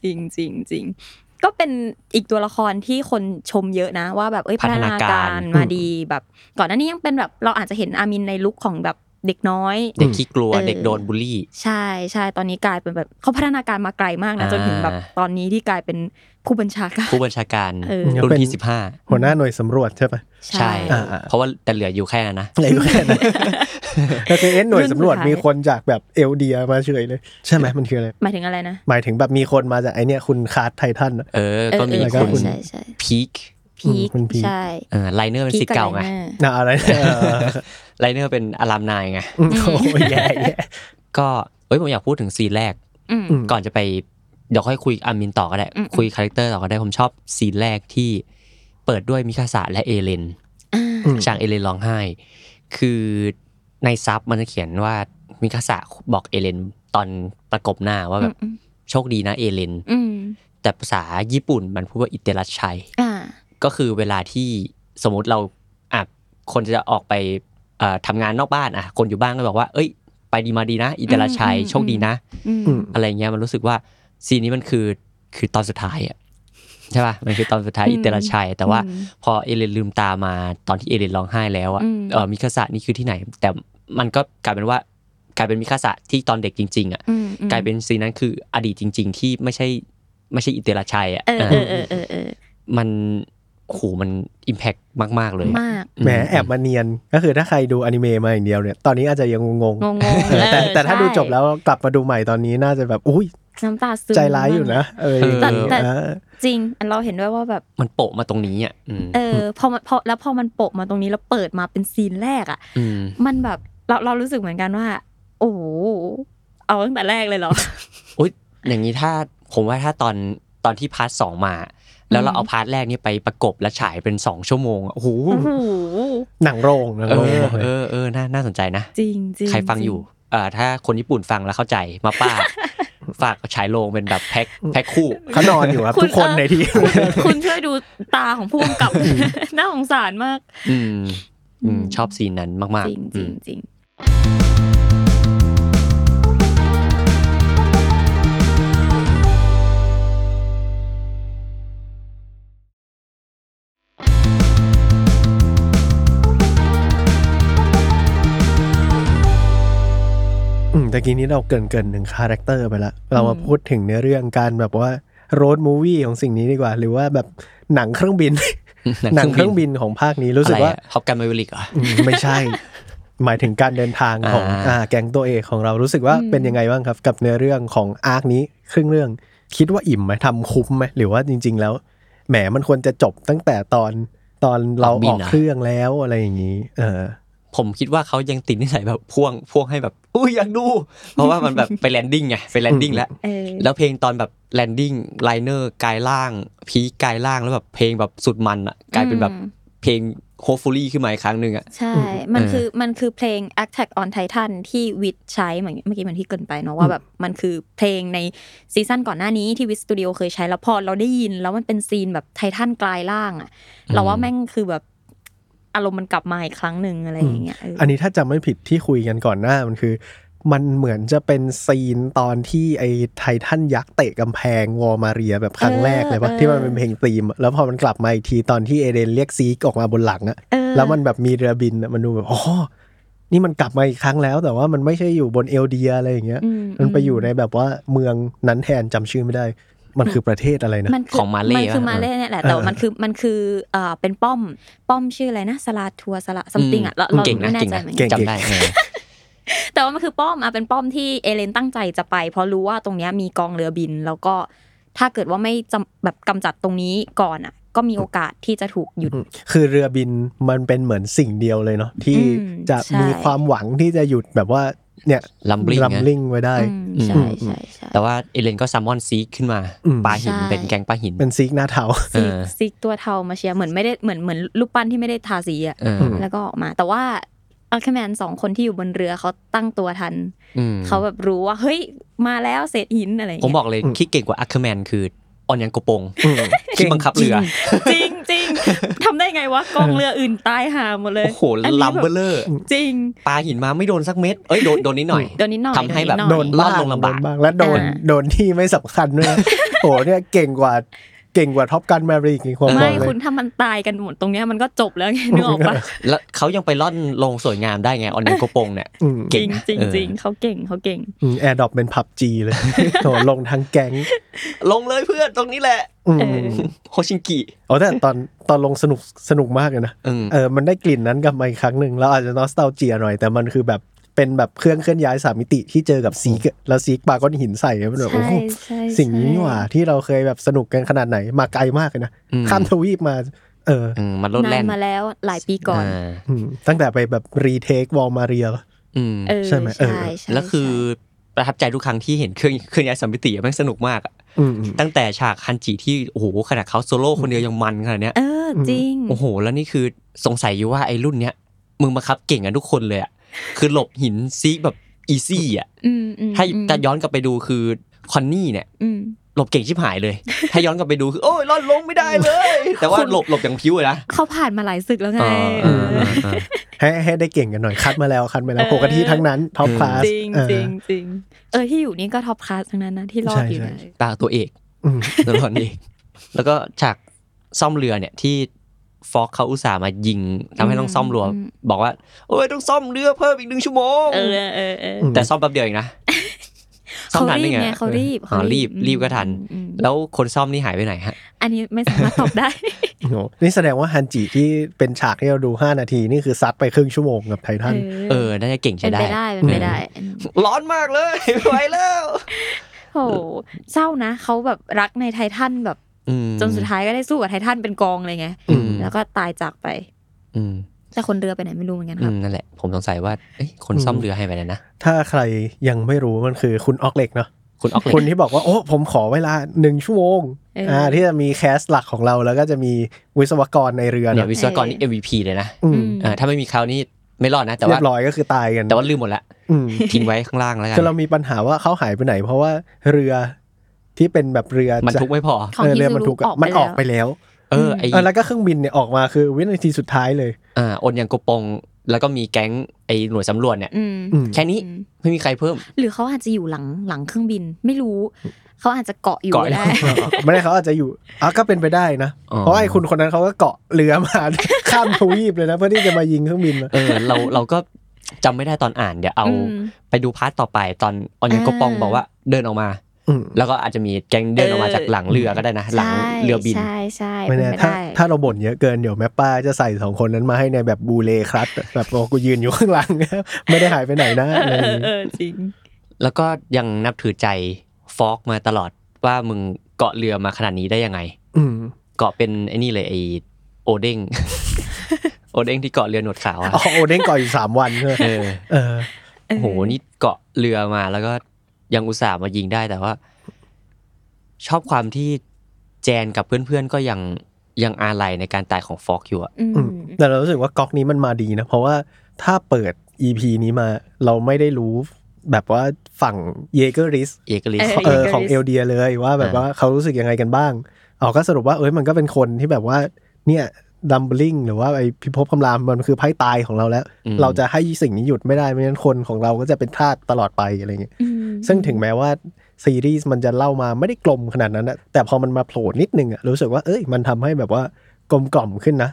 [SPEAKER 3] จริงจริงจริงก็เป็นอีกตัวละครที่คนชมเยอะนะ ว่าแบบเอ้ย
[SPEAKER 2] พั
[SPEAKER 3] พั
[SPEAKER 2] ฒ
[SPEAKER 3] ฒ
[SPEAKER 2] นา
[SPEAKER 3] นา
[SPEAKER 2] การ
[SPEAKER 3] การมาดีแบบ ก่อนหน้านี้ยังเป็นแบบเราอาจจะเห็นอามินในลุคของแบบเด็กน้อย
[SPEAKER 2] เด็กขี้กลัว
[SPEAKER 3] เออ
[SPEAKER 2] เด็กโดนบูลลี่
[SPEAKER 3] ใช่ใช่ตอนนี้กลายเป็นแบบเขาพัฒนาการมาไกลมากนะ
[SPEAKER 2] อ่า
[SPEAKER 3] จนถึงแบบตอนนี้ที่กลายเป็นผู้บัญชาการ
[SPEAKER 2] ผู้บัญชาการ
[SPEAKER 3] เออ
[SPEAKER 2] รุ่น
[SPEAKER 1] เป็น
[SPEAKER 2] ที่สิบห้า
[SPEAKER 1] หัวหน้าหน่วยสำรวจใช่ปะ
[SPEAKER 2] ใช่
[SPEAKER 1] อ่า
[SPEAKER 2] เพราะว่าแต่เหลืออยู่แค่นั้นนะ
[SPEAKER 1] อะไรแค่ นั้นแต่คือเอ็นหน่วยสำรวจ
[SPEAKER 3] รุ่นสุดท้าย
[SPEAKER 1] มีคนจากแบบเอลเดียมาเฉยเลย ใช่ไหมมันคืออะไร
[SPEAKER 3] หมายถึงอะไรนะ
[SPEAKER 1] หมายถึงแบบมีคนมาจากไอเนี่ยคุณคาร์ดไททันอะ
[SPEAKER 2] เออ
[SPEAKER 3] เออ
[SPEAKER 2] ก็มี
[SPEAKER 3] เออ
[SPEAKER 2] คุณ
[SPEAKER 3] ใช่ใช่
[SPEAKER 2] พีค
[SPEAKER 3] พีค
[SPEAKER 1] คุณพีค
[SPEAKER 3] ใช่
[SPEAKER 2] เออไลเนอร์เป็นสิทธิ์เก่าไง
[SPEAKER 3] พีคบลนอร์
[SPEAKER 1] นะอะไรนะเออ
[SPEAKER 2] ไลเนอร์เป็นอารัมนายไง
[SPEAKER 1] โอ้ยแย่แย่
[SPEAKER 2] ก็เอ้ยผมอยากพูดถึงซีนแรก
[SPEAKER 3] อืม
[SPEAKER 1] อืม
[SPEAKER 2] ก่อนจะไปเดี๋ยวค่อยคุยอามินต่อก็ได้
[SPEAKER 3] อืม
[SPEAKER 2] คุยคาแรคเตอร์ต่อก็ได้ผมชอบซีนแรกที่เปิดด้วยมิคาสะและเอเลน
[SPEAKER 3] อ่า
[SPEAKER 1] อืม
[SPEAKER 2] ช่างเอเลนร้องไห้ คือในซับมันจะเขียนว่ามิคาสะบอกเอเลนตอนประกบหน้าว่าแบบ
[SPEAKER 3] อืม
[SPEAKER 2] โชคดีนะเอเลน
[SPEAKER 3] อืม
[SPEAKER 2] แต่ภาษาญี่ปุ่นมันพูดว่าอิเตรัชชัย
[SPEAKER 3] อ่า
[SPEAKER 2] ก็คือเวลาที่สมมติเราอ่ะคนจะออกไป เอ่อทำงานนอกบ้านอ่ะคนอยู่บ้านก็บอกว่า เอ้ย ไปดีมาดีนะ อินทราชัย
[SPEAKER 3] อืมอืม
[SPEAKER 2] โชคดีนะ
[SPEAKER 3] อืม
[SPEAKER 1] อืม
[SPEAKER 2] อะไรเงี้ยมันรู้สึกว่าซีนนี้มันคือคือตอนสุดท้ายอะใช่ป่ะมันคือตอนสุดท้าย
[SPEAKER 3] อืม
[SPEAKER 2] อินทราชัย แต่ว่า
[SPEAKER 3] อืม
[SPEAKER 2] พอเอเลนลืมตามาตอนที่เอเลนร้องไห้แล้วอะ
[SPEAKER 3] อืม
[SPEAKER 2] เออมิคาสะนี่คือที่ไหน แต่มันก็กลายเป็นว่ากลายเป็นมิคาสะที่ตอนเด็กจริง ๆอะ
[SPEAKER 3] อืมอืม
[SPEAKER 2] กลายเป็นซีนนั้นคืออดีตจริง ๆ ที่ไม่ใช่ไม่ใช่อิเตราชัยอ่ะ
[SPEAKER 3] เออเออ
[SPEAKER 2] เออ
[SPEAKER 3] เออเออเออ
[SPEAKER 2] มันโอ้โหมันอิมแพกมาก ๆ เลยอะ
[SPEAKER 3] มาก
[SPEAKER 2] อื
[SPEAKER 1] แหมแอบมาเนียนก็คือถ้าใครดูอนิเมะมาอย่างเดียวเนี่ยตอนนี้อาจจะยังงง
[SPEAKER 3] งงๆ
[SPEAKER 1] ๆเออแต่
[SPEAKER 3] เออ
[SPEAKER 1] แต่ถ้า
[SPEAKER 3] ใช่
[SPEAKER 1] ดูจบแล้วกลับมาดูใหม่ตอนนี้น่าจะแบบอุ้ย
[SPEAKER 3] น้ำตาซึม
[SPEAKER 1] ใจร้ายอยู่นะเออ
[SPEAKER 3] แต่
[SPEAKER 1] อย่างงี้
[SPEAKER 3] แต่
[SPEAKER 1] เออ
[SPEAKER 3] จริงอันเราเห็นด้วยว่าแบบ
[SPEAKER 2] มันโปะมาตรงนี้อ่ะอืม
[SPEAKER 3] เออพอมันพอแล้วพอมันโปะมาตรงนี้แล้วเปิดมาเป็นซีนแรกอ่ะ
[SPEAKER 2] ม
[SPEAKER 3] มันแบบเราเรารู้สึกเหมือนกันว่า โอ้โหเอาตั้งแต่แรกเล ยเหรอ
[SPEAKER 2] อุ๊ยอย่างนี้ถ้าผมว่าถ้าตอนตอนที่พาร์ทสองมา แล้วเราเอาพาร์ทแรกนี่ไปประกบและฉายเป็นสองชั่วโมงอะโอ้โห
[SPEAKER 3] โอ้โห
[SPEAKER 1] หนังโรงหนัง
[SPEAKER 2] เอ
[SPEAKER 1] โรง
[SPEAKER 2] อ
[SPEAKER 1] บอกเลย
[SPEAKER 2] เออเออน่าน่าสนใจนะ
[SPEAKER 3] จริงจริง
[SPEAKER 2] ใครฟังอยู่เอ่อถ้าคนญี่ปุ่นฟังแล้วเข้าใจมา ป้า ฝากฉายโรงเป็นแบบแพ็คแพ็คคู่
[SPEAKER 1] เขานอนอยู่ครับ ทุกคนในที่
[SPEAKER 3] คุณเออคุณคุณช่วยดูตาของผู้กำกับ น่าสงสารมาก
[SPEAKER 2] อืมอื
[SPEAKER 3] อื
[SPEAKER 2] ม
[SPEAKER 3] ม
[SPEAKER 2] ชอบซีนนั้นมาก
[SPEAKER 3] จริง
[SPEAKER 2] ๆ
[SPEAKER 3] จ
[SPEAKER 2] อื
[SPEAKER 3] ริง
[SPEAKER 2] ม
[SPEAKER 3] จริง
[SPEAKER 1] อืมแต่กี้นี้เราเกรินเกรินหนึ่งคาแรคเตอร์ไปละเรามาพูดถึงในเรื่องการแบบว่าโรดมูวี่ของสิ่งนี้ดีกว่า หรือว่าแบบหนังเครื่องบิน หนังเครื่องบินของภาคนี้รู้สึกว่า
[SPEAKER 2] ฮอปกันมาวิลิกเหรอ
[SPEAKER 1] อืมไม่ใช่ หมายถึงการเดินทางของ
[SPEAKER 2] อ่า
[SPEAKER 1] อ่าแกงตัวเอกของเรารู้สึกว่าเป็นยังไงบ้างครับ กับเนื้อเรื่องของอาร์คนี้ครึ่งเรื่อง คิดว่าอิ่มไหมทำคุ้มไหมหรือว่าจริง ๆ แล้วแหมมันควรจะจบตั้งแต่ตอนตอนเราออกเครื่องแล้วอะไรอย่างนี้ เออ
[SPEAKER 2] ผมคิดว่าเขายังติดนิสัยแบบพ่วงพ่วงให้แบบอุ้ยอยากดู เพราะว่ามันแบบไปแลนดิ้งไงไปแลนดิ้งแล้ว
[SPEAKER 3] เออ
[SPEAKER 2] แล้วเพลงตอนแบบแลนดิ้งไลเนอร์กายล่าง พีคกายล่างแล้วแบบเพลงแบบสุดมันอ่ะกลายเป็นแบบ
[SPEAKER 3] อืม
[SPEAKER 2] เพลงโฮฟูลี่ขึ้นมาอีกครั้งหนึ่งอ่ะ
[SPEAKER 3] ใช่ มัน
[SPEAKER 2] เออ
[SPEAKER 3] คือมันคือเพลง Attack on Titan ที่วิทย์ใช้เหมือนเมื่อกี้เหมันที่เกรินไปเนาะว่าแบบมันคือเพลงในซีซั่นก่อนหน้านี้ที่วิทย์สตูดิโอเคยใช้แล้วพอเราได้ยินแล้วมันเป็นซีนแบบไททันกลายร่างอะเราว่าแม่งคือแบบอารมณ์มันกลับมาอีกครั้งหนึ่งอะไรอย่างเงี้ยเอออ
[SPEAKER 1] อันนี้ถ้าจำไม่ผิดที่คุยกันก่อนหน้ามันคือ มันเหมือนจะเป็นซีนตอนที่ไอ้ไททันยักษ์เตะกำแพงวอร์มาเรียแบบครั้งแรกเลยปะ
[SPEAKER 3] เออ
[SPEAKER 1] ที่มันเป็นเพลงธีมอะแล้วพอมันกลับมาอีกทีตอนที่เอเดนเรียกซีกออกมาบนหลังอะ
[SPEAKER 3] เออ
[SPEAKER 1] แล้วมันแบบมีเรือบินอะมันดูแบบอ๋อนี่มันกลับมาอีกครั้งแล้ว แต่ว่ามันไม่ใช่อยู่บนเอลเดียอะไรอย่างเงี้ย
[SPEAKER 3] อืม
[SPEAKER 1] มันไปอยู่ในแบบว่าเมืองนั้นแทนจำชื่อไม่ได้ มันคือประเทศอะไรนะ
[SPEAKER 3] มันคื
[SPEAKER 2] ของมาเลย์
[SPEAKER 3] มันคือ
[SPEAKER 2] ปะ
[SPEAKER 3] มาเล่เนี่ยแหละแต่ว่า
[SPEAKER 1] เออ
[SPEAKER 3] มันคือมันคือเอ่อเป็นป้อมป้อมชื่ออะไรนะสลาทัวสลาซัมติงอ่ะเราเรา
[SPEAKER 2] เก่งนะ
[SPEAKER 3] ไม่แน่
[SPEAKER 2] เก่ง
[SPEAKER 3] ใจ
[SPEAKER 2] นะ
[SPEAKER 3] เหมือนกัน
[SPEAKER 2] จำได้เออ
[SPEAKER 3] แต่ว่ามันคือป้อมอ่ะเป็นป้อมที่เอเลนตั้งใจจะไป เพราะรู้ว่าตรงเนี้ยมีกองเรือบิน แล้วก็ถ้าเกิดว่าไม่จำแบบกำจัดตรงนี้ก่อนอ่ะ ก็มีโอกาสที่จะถูกหยุด
[SPEAKER 1] อืมคือเรือบินมันเป็นเหมือนสิ่งเดียวเลยเนาะที่
[SPEAKER 3] อืม
[SPEAKER 1] จะ
[SPEAKER 3] ใช่
[SPEAKER 1] มีความหวังที่จะหยุดแบบว่าเนี่ย
[SPEAKER 2] ลัมบลิง
[SPEAKER 1] ลัมลิงไว้ได้
[SPEAKER 3] อืมใช่ใช่ใช่
[SPEAKER 2] แต่ว่าเอเลนก็ซัมมอนซีขึ้นมา
[SPEAKER 1] อืม
[SPEAKER 2] ปลาหินเป็นแกงปลาหิน
[SPEAKER 1] เป็นซีกหน้าเทา
[SPEAKER 2] เออ
[SPEAKER 3] ซิกซิกตัวเทามาเชียร์เหมือนไม่ได้เหมือนเหมือนรูปปั้นที่ไม่ได้ทาสีอ่ะ
[SPEAKER 2] เออ
[SPEAKER 3] แล้วก็ออกมา แต่ว่าอัลคแมนสองคนที่อยู่บนเรือเขาตั้งตัวทัน
[SPEAKER 2] อืม
[SPEAKER 3] เขาแบบรู้ว่าเฮ้ยมาแล้วเศษหินอะไรอย่าง
[SPEAKER 2] ผมบ
[SPEAKER 3] เงี้ย
[SPEAKER 2] อกเลย
[SPEAKER 1] อืม
[SPEAKER 2] คิดเก่งกว่าอัคเคแมนคือออนยังโกปง
[SPEAKER 1] อืม
[SPEAKER 2] ที่บังคับเรือ
[SPEAKER 3] จริงจริง ทำได้ไงวะกองเรืออื่นตายหาหมดเลย
[SPEAKER 2] โอ้โห
[SPEAKER 3] นนี้
[SPEAKER 2] ลัมเบอร์เลอร์
[SPEAKER 3] แบบจริง
[SPEAKER 2] ปลาหินมาไม่โดนสักเม็ด เอ้ยโดนโดนนิดหน่อย
[SPEAKER 3] โดนนิดหน่อย
[SPEAKER 2] ทำให้แบบ
[SPEAKER 3] โดนนิดหน่อ
[SPEAKER 1] โดนบ้า
[SPEAKER 3] ย
[SPEAKER 1] ง
[SPEAKER 2] ลอดลงลำบาก
[SPEAKER 1] โดนและโดน
[SPEAKER 3] อ่า
[SPEAKER 1] โดนที่ไม่สำคัญด้วย นะโอ้โหเนี่ยเก่งกว่าเก่งกว่าท็อปกันมารีกี่คนบ
[SPEAKER 3] ไม่
[SPEAKER 1] อกเล
[SPEAKER 3] คุ
[SPEAKER 1] ย
[SPEAKER 3] ณถ้ามันตายกันหมดตรงเนี้ยมันก็จบ แล้วไงนึกออกปะ
[SPEAKER 2] แล้วเขายังไปล่อนลงสวยงามได้ไง ออนไลน์โกโปงเนี่ย
[SPEAKER 1] อืม
[SPEAKER 3] จ
[SPEAKER 2] เก่
[SPEAKER 3] ริ
[SPEAKER 2] ง
[SPEAKER 3] ง
[SPEAKER 2] นะ
[SPEAKER 3] จริง
[SPEAKER 2] เออ
[SPEAKER 3] จริงเขาเก่งเขาเก่ง
[SPEAKER 1] แอร์ดรอปเป็นผับจี เลยโหลงทั้งแก๊ง
[SPEAKER 2] ลงเลยเพื่อนตรงนี้แหละ
[SPEAKER 1] อืม
[SPEAKER 3] เออ
[SPEAKER 2] โฮชิงกิ
[SPEAKER 1] โอ้แต่ตอนตอนลงสนุกสนุกมากเลยนะ
[SPEAKER 2] อืม
[SPEAKER 1] เออ มันได้กลิ่นนั้นกลับมาอีกครั้งหนึ่งเราอาจจะนอสตาเจียหน่อย แต่มันคือแบบเป็นแบบเครื่องเคลื่อนย้ายสามมิติที่เจอกับซีกอะแล้วซีกปาก้อนหินใส่แล้วมันแบบโอ้
[SPEAKER 3] ใช่
[SPEAKER 1] โห
[SPEAKER 3] ใช่
[SPEAKER 1] สิ่งนี้นี่หว่าที่เราเคยแบบสนุกกันขนาดไหนมาไกลมากเลยนะ
[SPEAKER 2] อืม
[SPEAKER 1] ข้ามทวีปมา เออ
[SPEAKER 2] อืมมันโลด
[SPEAKER 3] นา
[SPEAKER 2] แล่
[SPEAKER 3] น
[SPEAKER 2] น
[SPEAKER 3] มาแล้วหลายปีก่อน
[SPEAKER 2] า
[SPEAKER 1] อืมตั้งแต่ไปแบบรีเทควอลมาเรีย
[SPEAKER 2] อืม
[SPEAKER 3] เออ
[SPEAKER 1] ใช่ไหมเออ
[SPEAKER 3] ใช่ใช่
[SPEAKER 2] แล้วคือประทับใจทุกครั้งที่เห็น เครื่องเครื่องย้ายสัมมิติอะแม่งสนุกมากอะ
[SPEAKER 1] อืม
[SPEAKER 2] ตั้งแต่ฉากฮันจิที่โอ้โหขนาดเขาโซโล่ คนเดียวยังมันขนาดเนี้ย
[SPEAKER 3] เออจริง
[SPEAKER 2] โอ้โห แล้วนี่คือสงสัยอยู่ว่าไอ้รุ่นเนี้ยมึงบังคับเก่งกันทุกคนเลยอะคือหลบหินซีกแบบอีซี่อะ
[SPEAKER 3] อืมอืม
[SPEAKER 2] ถ้าจะย้อนกลับไปดูคือคอนนี่เนี่ย
[SPEAKER 3] อืม
[SPEAKER 2] หลบเก่งชิบหายเลย ถ้าย้อนกลับไปดูคือโอ้ยรอดลงไม่ได้เลย แต่ว่าหลบหลบอย่างพิ้วเลยนะ
[SPEAKER 3] เขาผ่านมาหลายศึกแล้วไง
[SPEAKER 2] เออเออเออเออ
[SPEAKER 1] ให้ให้ได้เก่งกันหน่อยคัดมาแล้วคัดมาแล้วหกอาทิตย์ทั้งนั้นท็อปคลาส
[SPEAKER 3] จริงจริงจริงเออที่อยู่นี่ก็ท็อปคลาสทั้งนั้นนะที่รอด
[SPEAKER 1] ใช่
[SPEAKER 3] อยู่
[SPEAKER 1] ใช่
[SPEAKER 3] นะ
[SPEAKER 2] ตาตัวเอก
[SPEAKER 1] อืม
[SPEAKER 2] ตัวละครเอก แล้วก็ฉากซ่อมเรือเนี่ยที่ฟอกเขาอุตส่าห์มายิงทำให้ต้องซ่อมเรืออ
[SPEAKER 3] ม
[SPEAKER 2] บอกว่า โอ้ยต้องซ่อมเรือเพิ่มอีกหนึ่งชั่วโมง
[SPEAKER 3] เออเออเออ
[SPEAKER 1] อืม
[SPEAKER 2] แต่ซ่อมแป๊บเดียวเองนะซ่อ
[SPEAKER 3] เขา
[SPEAKER 2] มนาน
[SPEAKER 3] รี
[SPEAKER 2] ด้วย
[SPEAKER 3] บ
[SPEAKER 2] ไง
[SPEAKER 3] ไงเขารีบ
[SPEAKER 2] อ๋อรีบรีบก็ทัน
[SPEAKER 3] อืม
[SPEAKER 2] แล้วคนซ่อมนี่หายไปไหนฮะ
[SPEAKER 3] อันนี้ไม่สามารถตอบได้
[SPEAKER 1] โอ้โหนี่แสดงว่าฮันจิที่เป็นฉากที่เราดู 5 นาที นี่คือซัดไปครึ่งชั่วโมงกับไททัน
[SPEAKER 2] เออน่าจะเก่ง
[SPEAKER 3] เป็
[SPEAKER 2] ใช้
[SPEAKER 3] น
[SPEAKER 2] ได้
[SPEAKER 3] ไปได้เป็นไปได้
[SPEAKER 2] ร้อนมากเลย ไม่ไหวแล้ว
[SPEAKER 3] โอ้โหเศร้านะเขาแบบรักในไททันแบบ
[SPEAKER 2] อืม
[SPEAKER 3] จนสุดท้ายก็ได้สู้กับไททันเป็นกองเลยไง
[SPEAKER 2] อืม
[SPEAKER 3] แล้วก็ตายจากไป
[SPEAKER 2] อืม
[SPEAKER 3] แต่คนเรือไปไหนไม่รู้เหมือนกันค
[SPEAKER 2] อื
[SPEAKER 3] รับ
[SPEAKER 2] มนั่นแหละ ผมสงสัยว่าเอ้ยคนซ่อมเรือหายไปไหนนะ
[SPEAKER 1] ถ้าใครยังไม่รู้มันคือคุณออกเล็กเนาะ
[SPEAKER 2] คุณออกเหล็ก
[SPEAKER 1] คุณที่บอกว่า โอ้ผมขอเวลาหนึ่งชั่วโมง
[SPEAKER 3] เอออ่
[SPEAKER 1] อ่าที่จะมีแคสหลักของเราแล้วก็จะมีวิศวกรในเรือ
[SPEAKER 2] เนี่ย
[SPEAKER 1] เนาะ
[SPEAKER 2] วิศวกรนี่ MVP เลยนะ
[SPEAKER 1] อืม
[SPEAKER 3] ม
[SPEAKER 2] เออถ้าไม่มีเขานี่ไม่รอดนะ แต่
[SPEAKER 1] เรีย
[SPEAKER 2] ว่า
[SPEAKER 1] บร้อยก็คือตายกัน
[SPEAKER 2] แต่ว่าลืมหมดละ
[SPEAKER 1] อืม
[SPEAKER 2] ทิ้งไว้ข้างล่างแล้วกัน
[SPEAKER 1] คือเรามีปัญหาว่าเขาหายไปไหน เพราะว่าเรือที่เป็นแบบเรือ
[SPEAKER 2] มันทุกไม่พอ
[SPEAKER 3] ของ
[SPEAKER 1] เออ
[SPEAKER 3] ที่
[SPEAKER 1] เรือ
[SPEAKER 3] ซู
[SPEAKER 1] บรร
[SPEAKER 3] รุ
[SPEAKER 1] ทุกอะ
[SPEAKER 3] ออกไป
[SPEAKER 1] มันออกไป
[SPEAKER 3] แล้ว
[SPEAKER 1] แล้ว
[SPEAKER 2] เออไอ
[SPEAKER 1] เออแล้วก็เครื่องบินเนี่ยออกมาคือวินาทีสุดท้ายเลย
[SPEAKER 2] อ่าอนยังกปง แล้วก็มีแก๊งไอหน่วยสำรวจเนี่ย
[SPEAKER 3] อืม
[SPEAKER 1] อืม
[SPEAKER 2] แค่นี้
[SPEAKER 3] อืม
[SPEAKER 2] ไม่มีใครเพิ่ม
[SPEAKER 3] หรือเขาอาจจะอยู่หลังหลังเครื่องบินไม่รู้ เขาอาจจะเกาะอยู่
[SPEAKER 2] เกาะอยู่
[SPEAKER 3] ได้
[SPEAKER 1] ไม่ได้เขาอาจจะอยู่อ่ะก็เป็นไปได้นะ
[SPEAKER 2] อ๋อ
[SPEAKER 1] เพราะไอ้คุณคนนั้นเขาก็เกาะเรือมา ข้ามทวีปเลยนะเพื่อที่จะมายิงเครื่องบินนะ
[SPEAKER 2] เออเราเราก็จำไม่ได้ตอนอ่านเดี๋ยวเอา
[SPEAKER 3] อืม
[SPEAKER 2] ไปดูพาร์ทต่อไปตอนอนยังกปง
[SPEAKER 3] อ่า
[SPEAKER 2] บอกว่าเดินออกมา
[SPEAKER 1] อืม
[SPEAKER 2] แล้วก็อาจจะมีแก๊งเดินออกมาจากหลังเรือก็ได้นะ หลัง
[SPEAKER 3] ใช่
[SPEAKER 2] เรือบิน
[SPEAKER 3] ใช่ใช่
[SPEAKER 1] ไม่
[SPEAKER 3] เป็น
[SPEAKER 1] แน่
[SPEAKER 3] ไป
[SPEAKER 1] ถ้า
[SPEAKER 3] ได้
[SPEAKER 1] ถ้าเราบ่นเยอะเกินเดี๋ยวแม่ป้าจะใส่สองคนนั้นมาให้ในแบบบูเลครัสแบบโอ้กูยืนอยู่ข้างหลัง ไม่ได้หายไปไหนนะอะไรอย่าง
[SPEAKER 3] เอ
[SPEAKER 1] งี้
[SPEAKER 3] อจริง
[SPEAKER 2] แล้วก็ยังนับถือใจฟอกมาตลอดว่ามึงเกาะเรือมาขนาดนี้ได้ยังไง
[SPEAKER 1] อืม
[SPEAKER 2] เกาะเป็นไอ้นี่เลยไอโอเด้ง โอเด้งที่เกาะเรือหนวดขาวอะ
[SPEAKER 1] อ๋อโอเด้งเก่ออยู่สามวันใช่ไหม
[SPEAKER 2] เออ
[SPEAKER 1] เออ
[SPEAKER 3] เออ
[SPEAKER 2] โหนี่เกาะเรือมาแล้วก็ยังอุตส่าห์มายิงได้แต่ว่า ชอบความที่แจนกับเพื่อนๆก็ยังยังอาลัยในการตายของฟอกอยู่อะ
[SPEAKER 3] อืม
[SPEAKER 1] อืมแต่เรารู้สึกว่าก๊อกนี้มันมาดีนะ เพราะว่าถ้าเปิด EP นี้มาเราไม่ได้รู้แบบว่าฝั่งเยเกอริส
[SPEAKER 2] เอกลิส
[SPEAKER 3] เอ
[SPEAKER 1] เออ
[SPEAKER 3] Yeager
[SPEAKER 1] ของ
[SPEAKER 3] Risk
[SPEAKER 1] เอลเดียเลยว่าแบบ
[SPEAKER 2] อ่า
[SPEAKER 1] ว่าเขารู้สึกยังไงกันบ้างเอาก็สรุปว่าเอ้ยมันก็เป็นคนที่แบบว่าเนี่ยดัมเบลิงหรือว่าไอพิภพคำรามมันคือไพ่ตายของเราแล้ว
[SPEAKER 2] อืม
[SPEAKER 1] เราจะให้สิ่งนี้หยุดไม่ได้ไม่งั้นคนของเราก็จะเป็นทาสตลอดไปอะไรเงี้ย
[SPEAKER 3] อืม
[SPEAKER 1] ซึ่งถึงแม้ว่าซีรีส์มันจะเล่ามาไม่ได้กลมขนาดนั้นนะแต่พอมันมาโผล่นิดนึงอะรู้สึกว่าเอ้ยมันทำให้แบบว่ากลมกล่อมขึ้นนะ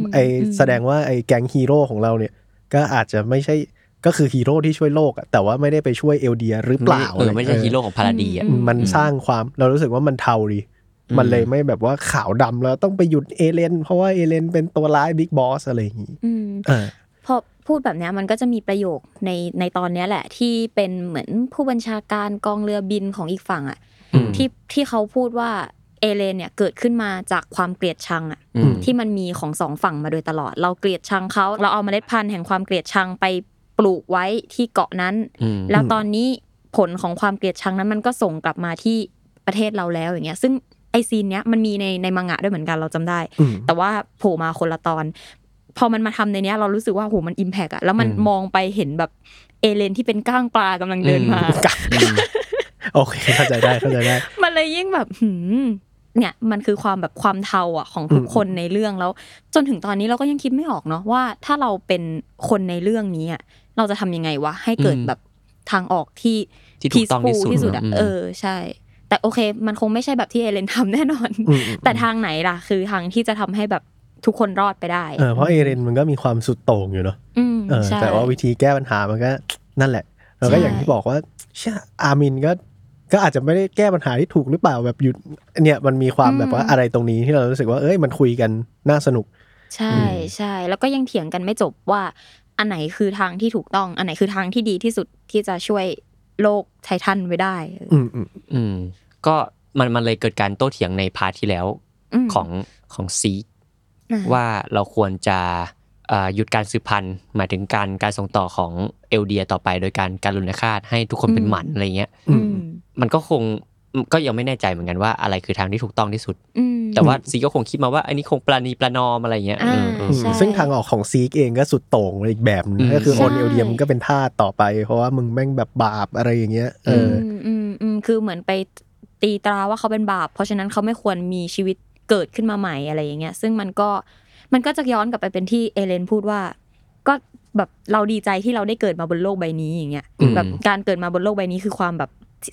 [SPEAKER 3] ม
[SPEAKER 1] ไอแสดงว่าไอแก๊งฮีโร่ของเราเนี่ย ก็อาจจะไม่ใช่ก็คือฮีโร่ที่ช่วยโลกอะแต่ว่าไม่ได้ไปช่วยเอลเดียหรือเปล่า
[SPEAKER 2] เออไม่ใช่
[SPEAKER 1] เออ
[SPEAKER 2] ฮีโร่ของพาราดีอะ
[SPEAKER 1] มันสร้างความเรารู้สึกว่ามันเทาดี
[SPEAKER 2] อืม
[SPEAKER 1] มันเลยไม่แบบว่าขาวดำแล้วต้องไปหยุดเอเลนเพราะว่าเอเลนเป็นตัวร้ายบิ๊กบอสอะไรอย่างงี้
[SPEAKER 3] อืม
[SPEAKER 1] เออ
[SPEAKER 3] พอพูดแบบเนี้ยมันก็จะมีประโยคในในตอนเนี้ยแหละ ที่เป็นเหมือนผู้บัญชาการกองเรือบินของอีกฝั่งอ่ะ
[SPEAKER 2] อืม
[SPEAKER 3] ที่ที่เขาพูดว่าเอเลนเนี่ยเกิดขึ้นมาจากความเกลียดชังอ่ะ
[SPEAKER 2] อืม
[SPEAKER 3] ที่มันมีของสองฝั่งมาโดยตลอด เราเกลียดชังเขาเราเอาเมล็ดพันธุ์แห่งความเกลียดชังไปปลูกไว้ที่เกาะนั้น
[SPEAKER 2] อืม
[SPEAKER 3] แล้วตอนนี้ผลของความเกลียดชังนั้นมันก็ส่งกลับมาที่ประเทศเราแล้วอย่างเงี้ย ซึ่งไอซีนเนี้ยมันมีในในมังงะด้วยเหมือนกันเราจำได้
[SPEAKER 1] อืม
[SPEAKER 3] แต่ว่าโผล่มาคนละตอน พอมันมาทำในเนี้ยเรารู้สึกว่าโหมันอิมแพกอะแล้วมัน
[SPEAKER 2] อืม
[SPEAKER 3] มองไปเห็นแบบเอเลนที่เป็นก้างปลากำลังเดิน มา
[SPEAKER 2] อืม
[SPEAKER 1] โอเคเข้าใจได้เข้าใจได้
[SPEAKER 3] มันเลยยิ่งแบบหืมเนี่ยมันคือความแบบความเทาอ่ะของทุก
[SPEAKER 1] อืม
[SPEAKER 3] คนในเรื่องแล้ว จนถึงตอนนี้เราก็ยังคิดไม่ออกเนาะว่า ถ้าเราเป็นคนในเรื่องนี้อ่ะเราจะทำยังไงวะให้เกิด
[SPEAKER 2] อืม
[SPEAKER 3] แบบทางออกที่
[SPEAKER 2] ที่ถูกต้องที่สุด
[SPEAKER 3] ที่สุดอ่ะเออใช่ แต่โอเค มันคงไม่ใช่แบบที่เอเลนทำแน่นอน
[SPEAKER 1] อืม
[SPEAKER 3] แต่ทางไหนล่ะ คือทางที่จะทำให้แบบทุกคนรอดไปได้
[SPEAKER 1] เออเพราะเอเลนมันก็มีความสุดโต่งอยู่เนาะ
[SPEAKER 3] อืม
[SPEAKER 1] เออ
[SPEAKER 3] ใช่
[SPEAKER 1] แต่ว่าวิธีแก้ปัญหามันก็นั่นแหละแล้วก็
[SPEAKER 3] ใช่
[SPEAKER 1] อย่างที่บอกว่าเชื่ออามินก็ ก็อาจจะไม่ได้แก้ปัญหาที่ถูกหรือเปล่าแบบหยุดเนี่ยมันมีความแบบว่าอะไรตรงนี้ที่เรารู้สึกว่าเอ้ยมันคุยกันน่าสนุก
[SPEAKER 3] ใช่ใช่แล้วก็ยังเถียงกันไม่จบว่า อันไหนคือทางที่ถูกต้อง อันไหนคือทางที่ดีที่สุดที่จะช่วยโลกไททันไว้ได้เออ
[SPEAKER 1] อืมอืม
[SPEAKER 2] อืม ก็มันมันเลยเกิดการโต้เถียงในพาร์ทที่แล้ว
[SPEAKER 3] ม
[SPEAKER 2] ของของซีก
[SPEAKER 3] อ่ะ
[SPEAKER 2] ว่าเราควรจะเอ่อหยุดการสืบพันธุ์หมายถึงการการส่งต่อของเอลเดียต่อไปโดยการการลุนฆาตให้ทุกคนเป็นหมันอะไรเงี้ย
[SPEAKER 1] อื
[SPEAKER 3] อื
[SPEAKER 1] ม
[SPEAKER 3] ม
[SPEAKER 2] มันก็คงก็ยังไม่แน่ใจเหมือนกันว่าอะไรคือทางที่ถูกต้องที่สุด
[SPEAKER 3] อืม
[SPEAKER 2] แต่ว่าซีก็คงคิดมาว่าอันนี้คงปรานีประนอมอะไรเงี้ย
[SPEAKER 3] อ่า
[SPEAKER 2] อืมอืม
[SPEAKER 3] ใช่
[SPEAKER 1] ซึ่งทางออกของซีกเองก็สุดโต่งไปอีกแบบนึง
[SPEAKER 2] อืม
[SPEAKER 1] ก็คือโอน
[SPEAKER 3] ใช่
[SPEAKER 1] เอลเดียมนก็เป็นทาสต่อไป เพราะว่ามึงแม่งแบบบาปอะไรอย่างเงี้ยเอออ
[SPEAKER 3] มอืมอืมคือเหมือนไป ตีตราว่าเขาเป็นบาป เพราะฉะนั้นเขาไม่ควรมีชีวิตเกิดขึ้นมาใหม่อะไรอย่างเงี้ย ซึ่งมันก็มันก็จะย้อนกลับไปเป็นที่เอเลนพูดว่า ก็แบบเราดีใจที่เราได้เกิดมาบนโลกใบนี้อย่างเงี้ย
[SPEAKER 2] อืม
[SPEAKER 3] แบบการเกิดมาบนโลกใบนี้คือความแบบ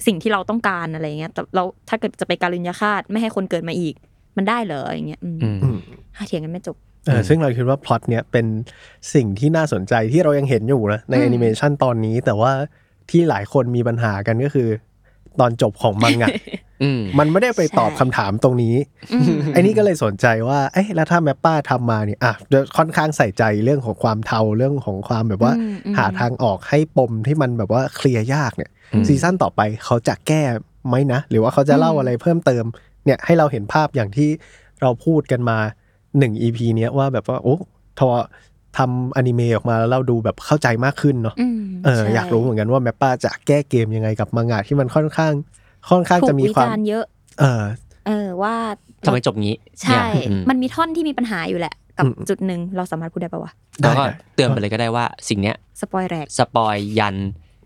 [SPEAKER 3] สิ่งที่เราต้องการอะไรเงี้ยแต่เราถ้าเกิดจะไปการุญยฆาตไม่ให้คนเกิดมาอีก มันได้เหรออย่างเงี้ยอืม
[SPEAKER 2] อืม
[SPEAKER 1] อืม
[SPEAKER 3] อ่ะเถียงกันไม่จบ
[SPEAKER 1] เออซึ่งเราคิดว่าพล็อตเนี้ยเป็นสิ่งที่น่าสนใจที่เรายังเห็นอยู่นะใน
[SPEAKER 3] อืม
[SPEAKER 1] แอนิเมชันตอนนี้ แต่ว่าที่หลายคนมีปัญหากันก็คือ ตอนจบของมังงะ
[SPEAKER 2] อืม
[SPEAKER 1] มันไม่ได้ไปตอบคำถามตรงนี้
[SPEAKER 3] อืม
[SPEAKER 1] ไอ้นี่ก็เลยสนใจว่าเอ๊ะแล้วถ้าแมปป้าทำมาเนี่ยอ่ะเดี๋ยวค่อนข้างใส่ใจเรื่องของความเทาเรื่องของความแบบว่า
[SPEAKER 3] อืมอืม
[SPEAKER 1] หาทางออกให้ปมที่มันแบบว่าเคลียร์ยากเนี่ย
[SPEAKER 2] อืม
[SPEAKER 1] ซีซั่นต่อไปเขาจะแก้ไหมนะ หรือว่าเขาจะเล่าอะไรเพิ่มเติมเนี่ยให้เราเห็นภาพอย่างที่เราพูดกันมาหนึ่ง EP เนี้ยว่าแบบว่า โอ้ทอทำอนิเมะออกมาแล้วเราดูแบบเข้าใจมากขึ้นเนาะ
[SPEAKER 3] อืม
[SPEAKER 1] เออ
[SPEAKER 3] ใช่
[SPEAKER 1] อยากรู้เหมือนกันว่าแมปป้าจะแก้เกมยังไงกับมังงะที่มันค่อนข้าง ค่อนข้าง
[SPEAKER 3] ถู
[SPEAKER 1] จะ
[SPEAKER 3] ก
[SPEAKER 1] มี
[SPEAKER 3] วิ
[SPEAKER 1] ความ
[SPEAKER 3] จารณ์เยอะ
[SPEAKER 1] เออ
[SPEAKER 3] เออว่า
[SPEAKER 2] ทำไมจบงี้
[SPEAKER 3] ใช่
[SPEAKER 2] เนี่ยอืม
[SPEAKER 3] มันมีท่อนที่มีปัญหาอยู่แหละ กับ
[SPEAKER 1] อืม
[SPEAKER 3] จุดหนึ่งเราสามารถพูดได้ปะวะ
[SPEAKER 2] แล้วก็เตือนไปเลยก็ได้ว่าสิ่งเนี้ย
[SPEAKER 3] สปอยแรก
[SPEAKER 2] สปอยยัน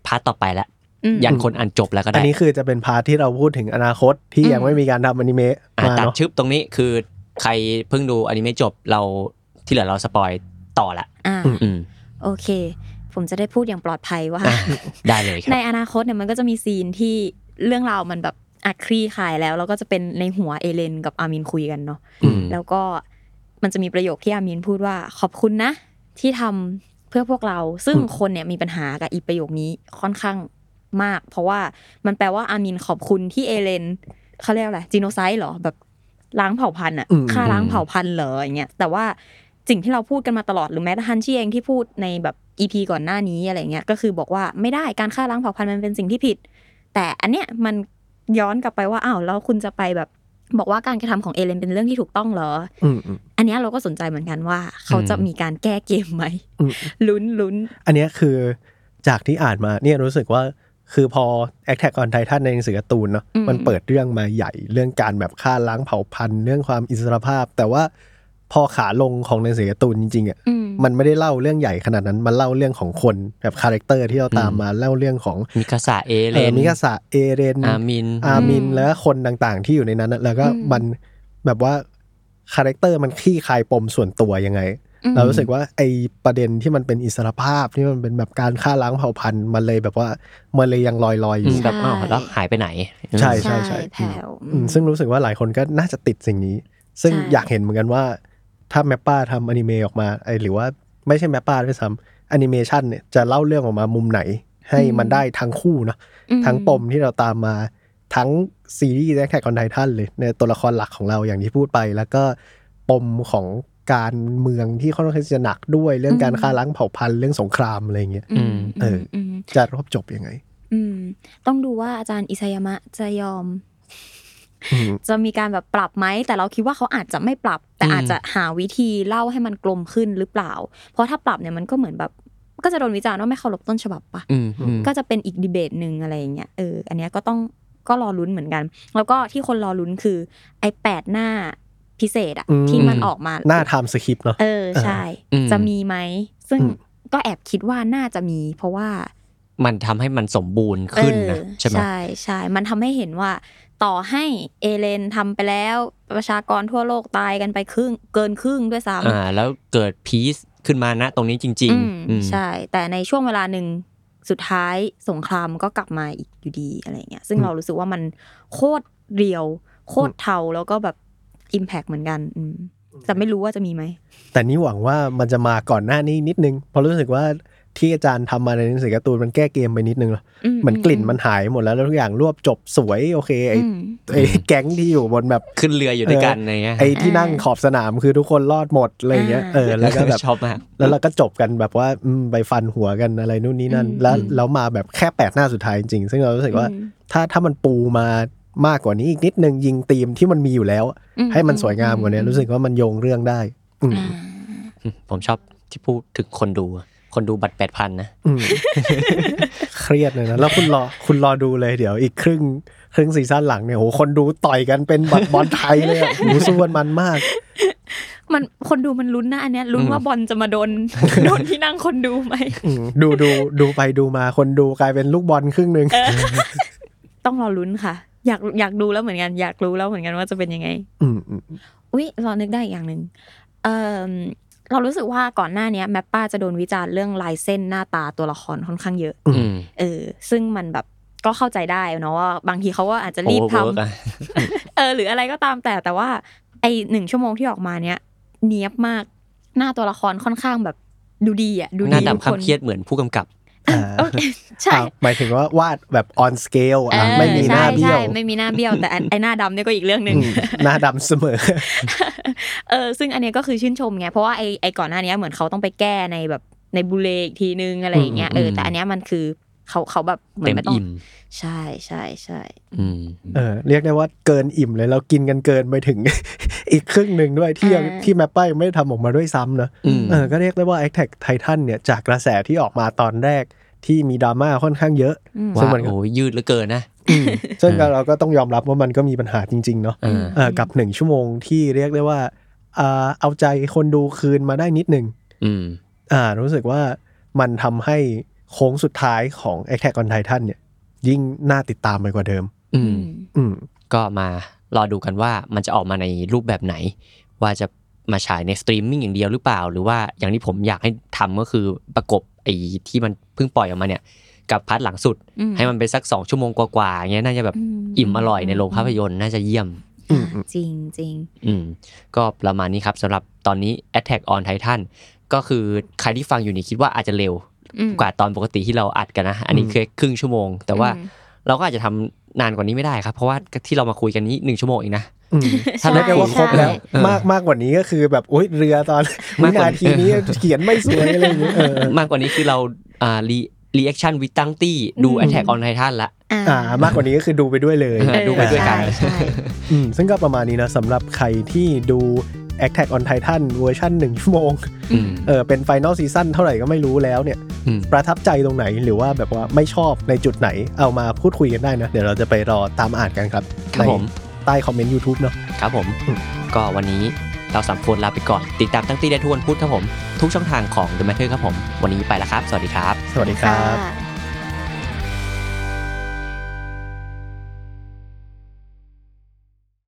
[SPEAKER 2] พาร์ตต่อไปแล้ว
[SPEAKER 3] อืม
[SPEAKER 2] ยันคนอ่านจบแล้วก็
[SPEAKER 1] อั
[SPEAKER 2] ได้
[SPEAKER 1] นนี้คือจะเป็นพาร์ทที่เราพูดถึงอนาคตที่ยัง
[SPEAKER 3] อืม
[SPEAKER 1] ไม่มีการทำอนิเมะ
[SPEAKER 2] อ่ะ
[SPEAKER 1] มา
[SPEAKER 2] ตัด
[SPEAKER 1] เนาะ
[SPEAKER 2] ชึบตรงนี้คือใครเพิ่งดูอนิเมะจบเราที่เหลือเราสปอยต่อละ
[SPEAKER 3] อ่า
[SPEAKER 2] อืม
[SPEAKER 3] โอเค ผมจะได้พูดอย่างปลอดภัยว่า
[SPEAKER 2] อ่ะได้เลยค
[SPEAKER 3] ใน
[SPEAKER 2] รับ
[SPEAKER 3] อนาคตเนี่ยมันก็จะมีซีนที่เรื่องราวมันแบบอัคลี่คลายแล้ว แล้วก็จะเป็นในหัวเอเลนกับอามินคุยกันเนาะ
[SPEAKER 2] อืม
[SPEAKER 3] แล้วก็มันจะมีประโยคที่อามินพูดว่าขอบคุณนะ ที่ทำเพื่อพวกเราซึ่งคนเนี่ยมีปัญหากับอีประโยคนี้ค่อนข้างมาก เพราะว่ามันแปลว่าอามินขอบคุณที่เอเลนเขาเรียกอะไรจีโนไซด์เหรอแบบล้างเผ่าพันธุ์อะ
[SPEAKER 1] อืม
[SPEAKER 3] ฆ่าล้างเผ่าพันธุ์เหรออย่างเงี้ยแต่ว่าสิ่งที่เราพูดกันมาตลอดหรือแม้แต่ฮันชี่เองที่พูดในแบบอีพีก่อนหน้านี้อะไรเงี้ยก็คือบอกว่าไม่ได้การฆ่าล้างเผ่าพันธุ์มันเป็นสิ่งที่ผิด แต่อันเนี้ยมันย้อนกลับไปว่าอ้าวแล้วคุณจะไปแบบบอกว่าการกระทำของเอเลนเป็นเรื่องที่ถูกต้องเหรอ
[SPEAKER 1] อืมอืม
[SPEAKER 3] อันเนี้ยเราก็สนใจเหมือนกันว่าเขาจะมีการแก้เกมไหม
[SPEAKER 1] อืม
[SPEAKER 3] ลุ้นลุ้น
[SPEAKER 1] อันเนี้ยคือจากที่อ่านมาเนี่ยรู้สึกว่าคือพอ Attack on Titan ในหนังสือการ์ตูนเนาะ
[SPEAKER 3] อืม
[SPEAKER 1] มันเปิดเรื่องมาใหญ่เรื่องการแบบฆ่าล้างเผ่าพันธุ์เรื่องความอิสรภาพ แต่ว่าพอขาลงของหนังสือการ์ตูนจริงๆอ่ะ
[SPEAKER 3] อืม
[SPEAKER 1] มันไม่ได้เล่าเรื่องใหญ่ขนาดนั้น มันเล่าเรื่องของคนแบบคาแรคเตอร์ที่เราตาม
[SPEAKER 2] อืม
[SPEAKER 1] มาเล่าเรื่องของ
[SPEAKER 2] มิกาสะเอเล
[SPEAKER 1] เอ่อน มิกาสะเอเรน
[SPEAKER 2] อามิน
[SPEAKER 1] อามิน
[SPEAKER 3] อืม
[SPEAKER 1] แล้วก็คนต่างๆ ที่อยู่ในนั้นน่ะแล้วก็
[SPEAKER 3] อืม
[SPEAKER 1] มันแบบว่าคาแรคเตอร์มันคลี่คลายปมส่วนตัวยังไง
[SPEAKER 3] อืม
[SPEAKER 1] เรารู้สึกว่าไอประเด็นที่มันเป็นอิสรภาพที่มันเป็นแบบการฆ่าล้างเผ่าพันธุ์มันเลยแบบว่ามันเลยยังลอยๆอ
[SPEAKER 2] อื
[SPEAKER 1] ยู่
[SPEAKER 2] มแบบอ้าว
[SPEAKER 3] ใช่
[SPEAKER 2] แล้วหายไปไหน
[SPEAKER 1] ใช่
[SPEAKER 3] แผ่ว
[SPEAKER 1] อืมซึ่งรู้สึกว่าหลายคนก็น่าจะติดสิ่งนี้ ซึ่ง
[SPEAKER 3] ใช่
[SPEAKER 1] อยากเห็นเหมือนกันว่า ถ้าแมปป้าทำอนิเมะออกมาไอหรือว่าไม่ใช่แมปป้าด้วยซ้ำแอนิเมชันเนี่ยจะเล่าเรื่องออกมามุมไหน ให้มันได้ทั้งคู่เนอะ
[SPEAKER 3] อืม
[SPEAKER 1] ทั้งปมที่เราตามมาทั้งซีรีส์แท็กคอนไททันเลยในตัวละครหลักของเราอย่างที่พูดไป แล้วก็ปมของการเมืองที่ค่อนข้างจะหนักด้วยเรื่องการฆ่าล้างเผ่าพันธุ์เรื่องสงครามอะไรอย่างเงี้ย
[SPEAKER 3] อืม
[SPEAKER 1] เออ
[SPEAKER 3] อืม
[SPEAKER 1] จะรบจบยังไง
[SPEAKER 3] อืมต้องดูว่าอาจารย์อิซายามะจะยอม
[SPEAKER 1] อืม
[SPEAKER 3] จะมีการแบบปรับไหม แต่เราคิดว่าเขาอาจจะไม่ปรับ แต่
[SPEAKER 2] อืม
[SPEAKER 3] อาจจะหาวิธีเล่าให้มันกลมขึ้นหรือเปล่า เพราะถ้าปรับเนี่ยมันก็เหมือนแบบ ก็จะโดนวิจารณ์ว่าไม่เคารพต้นฉบับปะ
[SPEAKER 2] อืมอืม
[SPEAKER 3] ก็จะเป็นอีกดีเบตหนึ่งอะไรอย่างเงี้ยเอออันเนี้ยก็ต้องก็รอลุ้นเหมือนกัน แล้วก็ที่คนรอลุ้นคือไอ้แปดหน้าพิเศษอะ
[SPEAKER 1] อืม
[SPEAKER 3] ที่มันออกมา
[SPEAKER 1] หน้าไทม์สคริปต์เนาะ
[SPEAKER 3] เออใช่
[SPEAKER 2] อืม
[SPEAKER 3] จะมีไหม ซึ่ง
[SPEAKER 1] อืม
[SPEAKER 3] ก็แอบคิดว่าน่าจะมี เพราะว่า
[SPEAKER 2] มันทำให้มันสมบูรณ์ขึ้น
[SPEAKER 3] เอ
[SPEAKER 2] นะ
[SPEAKER 3] อ
[SPEAKER 2] ใช่ไหม
[SPEAKER 3] ใช่ใช่มันทำให้เห็นว่า ต่อให้เอเลนทำไปแล้วประชากรทั่วโลกตายกันไปครึ่ง เกินครึ่งด้วยซ้ำ
[SPEAKER 2] อ่า แล้วเกิดพีซขึ้นมานะตรงนี้จริง
[SPEAKER 3] อืม
[SPEAKER 2] ๆ อืม
[SPEAKER 3] ใช่ แต่ในช่วงเวลาหนึ่งสุดท้ายสงครามก็กลับมาอีกอยู่ดีอะไรเงี้ยซึ่ง
[SPEAKER 1] อืม
[SPEAKER 3] เรารู้สึกว่ามันโคตรเรียว โคตรเทาแล้วก็แบบอิมแพกเหมือนกันอืมแต่ไม่รู้ว่าจะมีไหม
[SPEAKER 1] แต่นี่หวังว่ามันจะมาก่อนหน้านี้นิดนึงเพราะรู้สึกว่าที่อาจารย์ทำมาในหนังสือการ์ตูนมันแก้เกมไปนิดนึงเนอะเหมือนกลิ่นมันหายหมดแล้วแล้วทุกอย่างรวบจบสวยโอเคไอ
[SPEAKER 3] อืม
[SPEAKER 1] ไอแก๊งที่อยู่บนแบบ
[SPEAKER 2] ขึ้นเรืออยู่ด้วยกันอะไรเงี้ย
[SPEAKER 1] ไอที่นั่งขอบสนามคือทุกคนรอดหมดอะไรอย่างเงี้ย
[SPEAKER 3] อ่า
[SPEAKER 1] เออแล้วก็แบบ
[SPEAKER 2] ชอบมาก
[SPEAKER 1] แล้วเราก็จบกันแบบว่าอืมไปฟันหัวกันอะไรนู่นนี่นั่น
[SPEAKER 3] อืม
[SPEAKER 1] แล้วแล้วมาแบบแค่แปดหน้าสุดท้ายจริงๆซึ่งเรารู้สึกว่า
[SPEAKER 3] อืม
[SPEAKER 1] ถ้าถ้ามันปูมามากกว่านี้อีกนิดนึงยิงธีมที่มันมีอยู่แล้ว
[SPEAKER 3] อื
[SPEAKER 1] ให้มันสวยงามกว่านี้รู้สึกว่ามันโยงเรื่องได้ อืม
[SPEAKER 3] อ่า
[SPEAKER 2] ผมชอบที่พูดถึงคนดู คนดูบัตรแปดพันนะ
[SPEAKER 1] อืมเครียดเลยนะแล้วคุณรอคุณรอดูเลยเดี๋ยวอีกครึ่งครึ่งซีซั่นหลังเนี่ยโหคนดูต่อยกันเป็นบัตรบอลไทยเลยอะโหสู้กันมันมาก
[SPEAKER 3] มันคนดูมันลุ้นนะอันเนี้ยลุ้น
[SPEAKER 2] อืม
[SPEAKER 3] ว่าบอลจะมาโดน โดนที่นั่งคนดูไหม
[SPEAKER 1] อืมดูดูดูไปดูมาคนดูกลายเป็นลูกบอลครึ่งหนึ่ง
[SPEAKER 3] ต้องรอลุ้นค่ะ อยากอยากดูแล้วเหมือนกัน อยากรู้แล้วเหมือนกันว่าจะเป็นยังไง
[SPEAKER 1] อืมอืมอืม
[SPEAKER 3] อุ๊ยเรานึกได้อีกอย่างหนึ่งเอมเรารู้สึกว่าก่อนหน้าเนี้ยแมปป้าจะโดนวิจารณ์เรื่องลายเส้นหน้าตาตัวละครค่อนข้างเยอะ
[SPEAKER 2] อืม
[SPEAKER 3] เออ ซึ่งมันแบบก็เข้าใจได้เนาะว่าบางทีเขาก็อาจจะรีบท
[SPEAKER 2] โอเวอร์อะ
[SPEAKER 3] ำเออ หรืออะไรก็ตามแต่แต่ว่า ไอหนึ่งชั่วโมงที่ออกมาเนี้ยเนียบมากหน้าตัวละครค่อนข้างแบบดูดีอ่ะดู
[SPEAKER 2] ห
[SPEAKER 3] ดี
[SPEAKER 2] น้า
[SPEAKER 3] ทุก
[SPEAKER 2] ดำ
[SPEAKER 3] คน
[SPEAKER 2] คำเครียดเหมือนผู้กำกับ
[SPEAKER 1] อ่า
[SPEAKER 3] โอเคใช่
[SPEAKER 1] อ่าหมายถึงว่าวาดแบบ on scale อ่ะ
[SPEAKER 3] เออ
[SPEAKER 1] ไม่มีหน้าเบี้ย
[SPEAKER 3] ใช่
[SPEAKER 1] ว
[SPEAKER 3] ใช่ไม่มีหน้าเบี้ยวแต่อันไอหน้าดำเนี่ยก็อีกเรื่องหนึ่ง
[SPEAKER 1] อืมหน้าดำเสมอ
[SPEAKER 3] เออซึ่งอันเนี้ยก็คือชื่นชมไง เพราะว่าไอไอก่อนหน้าเนี้ยเหมือนเขาต้องไปแก้ในแบบในบูเลอีกทีนึงอะไรอย่างเงี้ย
[SPEAKER 2] อืม
[SPEAKER 3] เออ
[SPEAKER 2] ม
[SPEAKER 3] แต่อันเนี้ยมันคือเขาเขาแบบเหมือ
[SPEAKER 2] เต็
[SPEAKER 3] น
[SPEAKER 2] ม
[SPEAKER 3] ไม่ต้อง
[SPEAKER 2] อิ่ม
[SPEAKER 3] ใช่ใช่ใช่
[SPEAKER 2] อืม
[SPEAKER 1] เออเรียกได้ว่าเกินอิ่มเลยเรากินกันเกินไปถึง อีกครึ่งหนึ่งด้วยที่ยังที่แมปป้ายังไม่ได้ทำออกมาด้วยซ้ำนะ
[SPEAKER 2] อืม
[SPEAKER 1] เออก็เรียกได้ว่า a t t a c k Titan เนี่ยจากกระแสที่ออกมาตอนแรกที่มีดราม่าค่อนข้างเยอะ
[SPEAKER 3] อืม
[SPEAKER 1] ซึ่ง
[SPEAKER 2] ว่า
[SPEAKER 1] มันก็
[SPEAKER 2] โอ้ยยืดเหลือเกินนะ
[SPEAKER 1] ซึ่ง
[SPEAKER 2] เออ
[SPEAKER 1] เราก็ต้องยอมรับว่ามันก็มีปัญหาจริง ๆ เนาะ
[SPEAKER 2] เออ
[SPEAKER 1] เออกับหนึ่งชั่วโมงที่เรียกได้ว่าอ่าเอาใจคนดูคืนมาได้นิดหนึ่ง
[SPEAKER 2] อืม
[SPEAKER 1] อ่ารู้สึกว่ามันทำให้โค้งสุดท้ายของ a t t a c k on Titan เนี่ยยิ่งน่าติดตามไปกว่าเดิม
[SPEAKER 2] อื
[SPEAKER 3] อื
[SPEAKER 2] ม
[SPEAKER 3] ม
[SPEAKER 1] อืม
[SPEAKER 2] ก็มารอดูกันว่ามันจะออกมาในรูปแบบไหน ว่าจะมาฉายในสตรีมมิ่งอย่างเดียวหรือเปล่า หรือว่าอย่างที่ผมอยากให้ทำก็คือประกบไอ้ที่มันเพิ่งปล่อยออกมาเนี่ย กับพาร์ทหลังสุด
[SPEAKER 3] อืม
[SPEAKER 2] ให้มันไปสักสองชั่วโมงกว่าๆอย่างเงี้ยน่าจะแบบอิ่มอร่อยในโรงภาพยนตร์น่าจะเยี่ยม
[SPEAKER 1] อืมอืม
[SPEAKER 3] จริงจริง
[SPEAKER 2] อืมก็ประมาณนี้ครับสำหรับตอนนี้ Attack on Titan ก็คือใครที่ฟังอยู่นี่คิดว่าอาจจะเร็ว
[SPEAKER 3] อืม
[SPEAKER 2] กว่าตอนปกติที่เราอัดกันนะ อันนี้
[SPEAKER 1] อืม
[SPEAKER 2] คือครึ่งชั่วโมง แต่ว่า
[SPEAKER 3] อืม
[SPEAKER 2] เราก็อาจจะทำนานกว่านี้ไม่ได้ครับ เพราะว่าที่เรามาคุยกันนี้หนึ่งชั่วโมงเองนะ
[SPEAKER 1] อืม
[SPEAKER 2] ถ้า
[SPEAKER 3] ใช่
[SPEAKER 1] เรียกได้ว่าครบแล้ว
[SPEAKER 3] ใช่
[SPEAKER 2] เออ
[SPEAKER 1] มากมากกว่านี้ก็คือแบบโอ๊ยเรือตอน วิ
[SPEAKER 2] มากกว่า
[SPEAKER 1] นาทีนี้เขียนไม่สวยอะไรอย่างเงี้ยเออ
[SPEAKER 2] มากกว่านี้คือเราอ่ารีรีแอคชั่นวิตังตี้ดู Attack on Titan ละ
[SPEAKER 1] อ่ามากกว่านี้ก็คือดูไปด้วยเลย
[SPEAKER 2] เออดูไปด้วยกัน
[SPEAKER 3] ใช่ใช่
[SPEAKER 1] อืมซึ่งก็ประมาณนี้นะสำหรับใครที่ดู Attack on Titan เวอร์ชัน1ชั่วโมง
[SPEAKER 2] อืม
[SPEAKER 1] เออเป็นไฟน a ลซีซั่นเท่าไหร่ก็ไม่รู้แล้วเนี่ย
[SPEAKER 2] อืม
[SPEAKER 1] ประทับใจตรงไหนหรือว่าแบบว่าไม่ชอบในจุดไหนเอามาพูดคุยกันได้นะ เดี๋ยวเราจะไปรอตามอ่านกันครับ
[SPEAKER 2] ครับผม
[SPEAKER 1] ในใต้คอมเมนต์ YouTube เนาะ
[SPEAKER 2] ครับผม
[SPEAKER 1] อืม
[SPEAKER 2] ก็วันนี้เราสามคนลาไปก่อน ติดตามตั้งตี้ได้ทุกวันพุธครับผม ทุกช่องทางของ The Matter ครับผม วันนี้ไปแล้วครับ สวัสดีครับ
[SPEAKER 1] สวัสดีครับ
[SPEAKER 3] ะ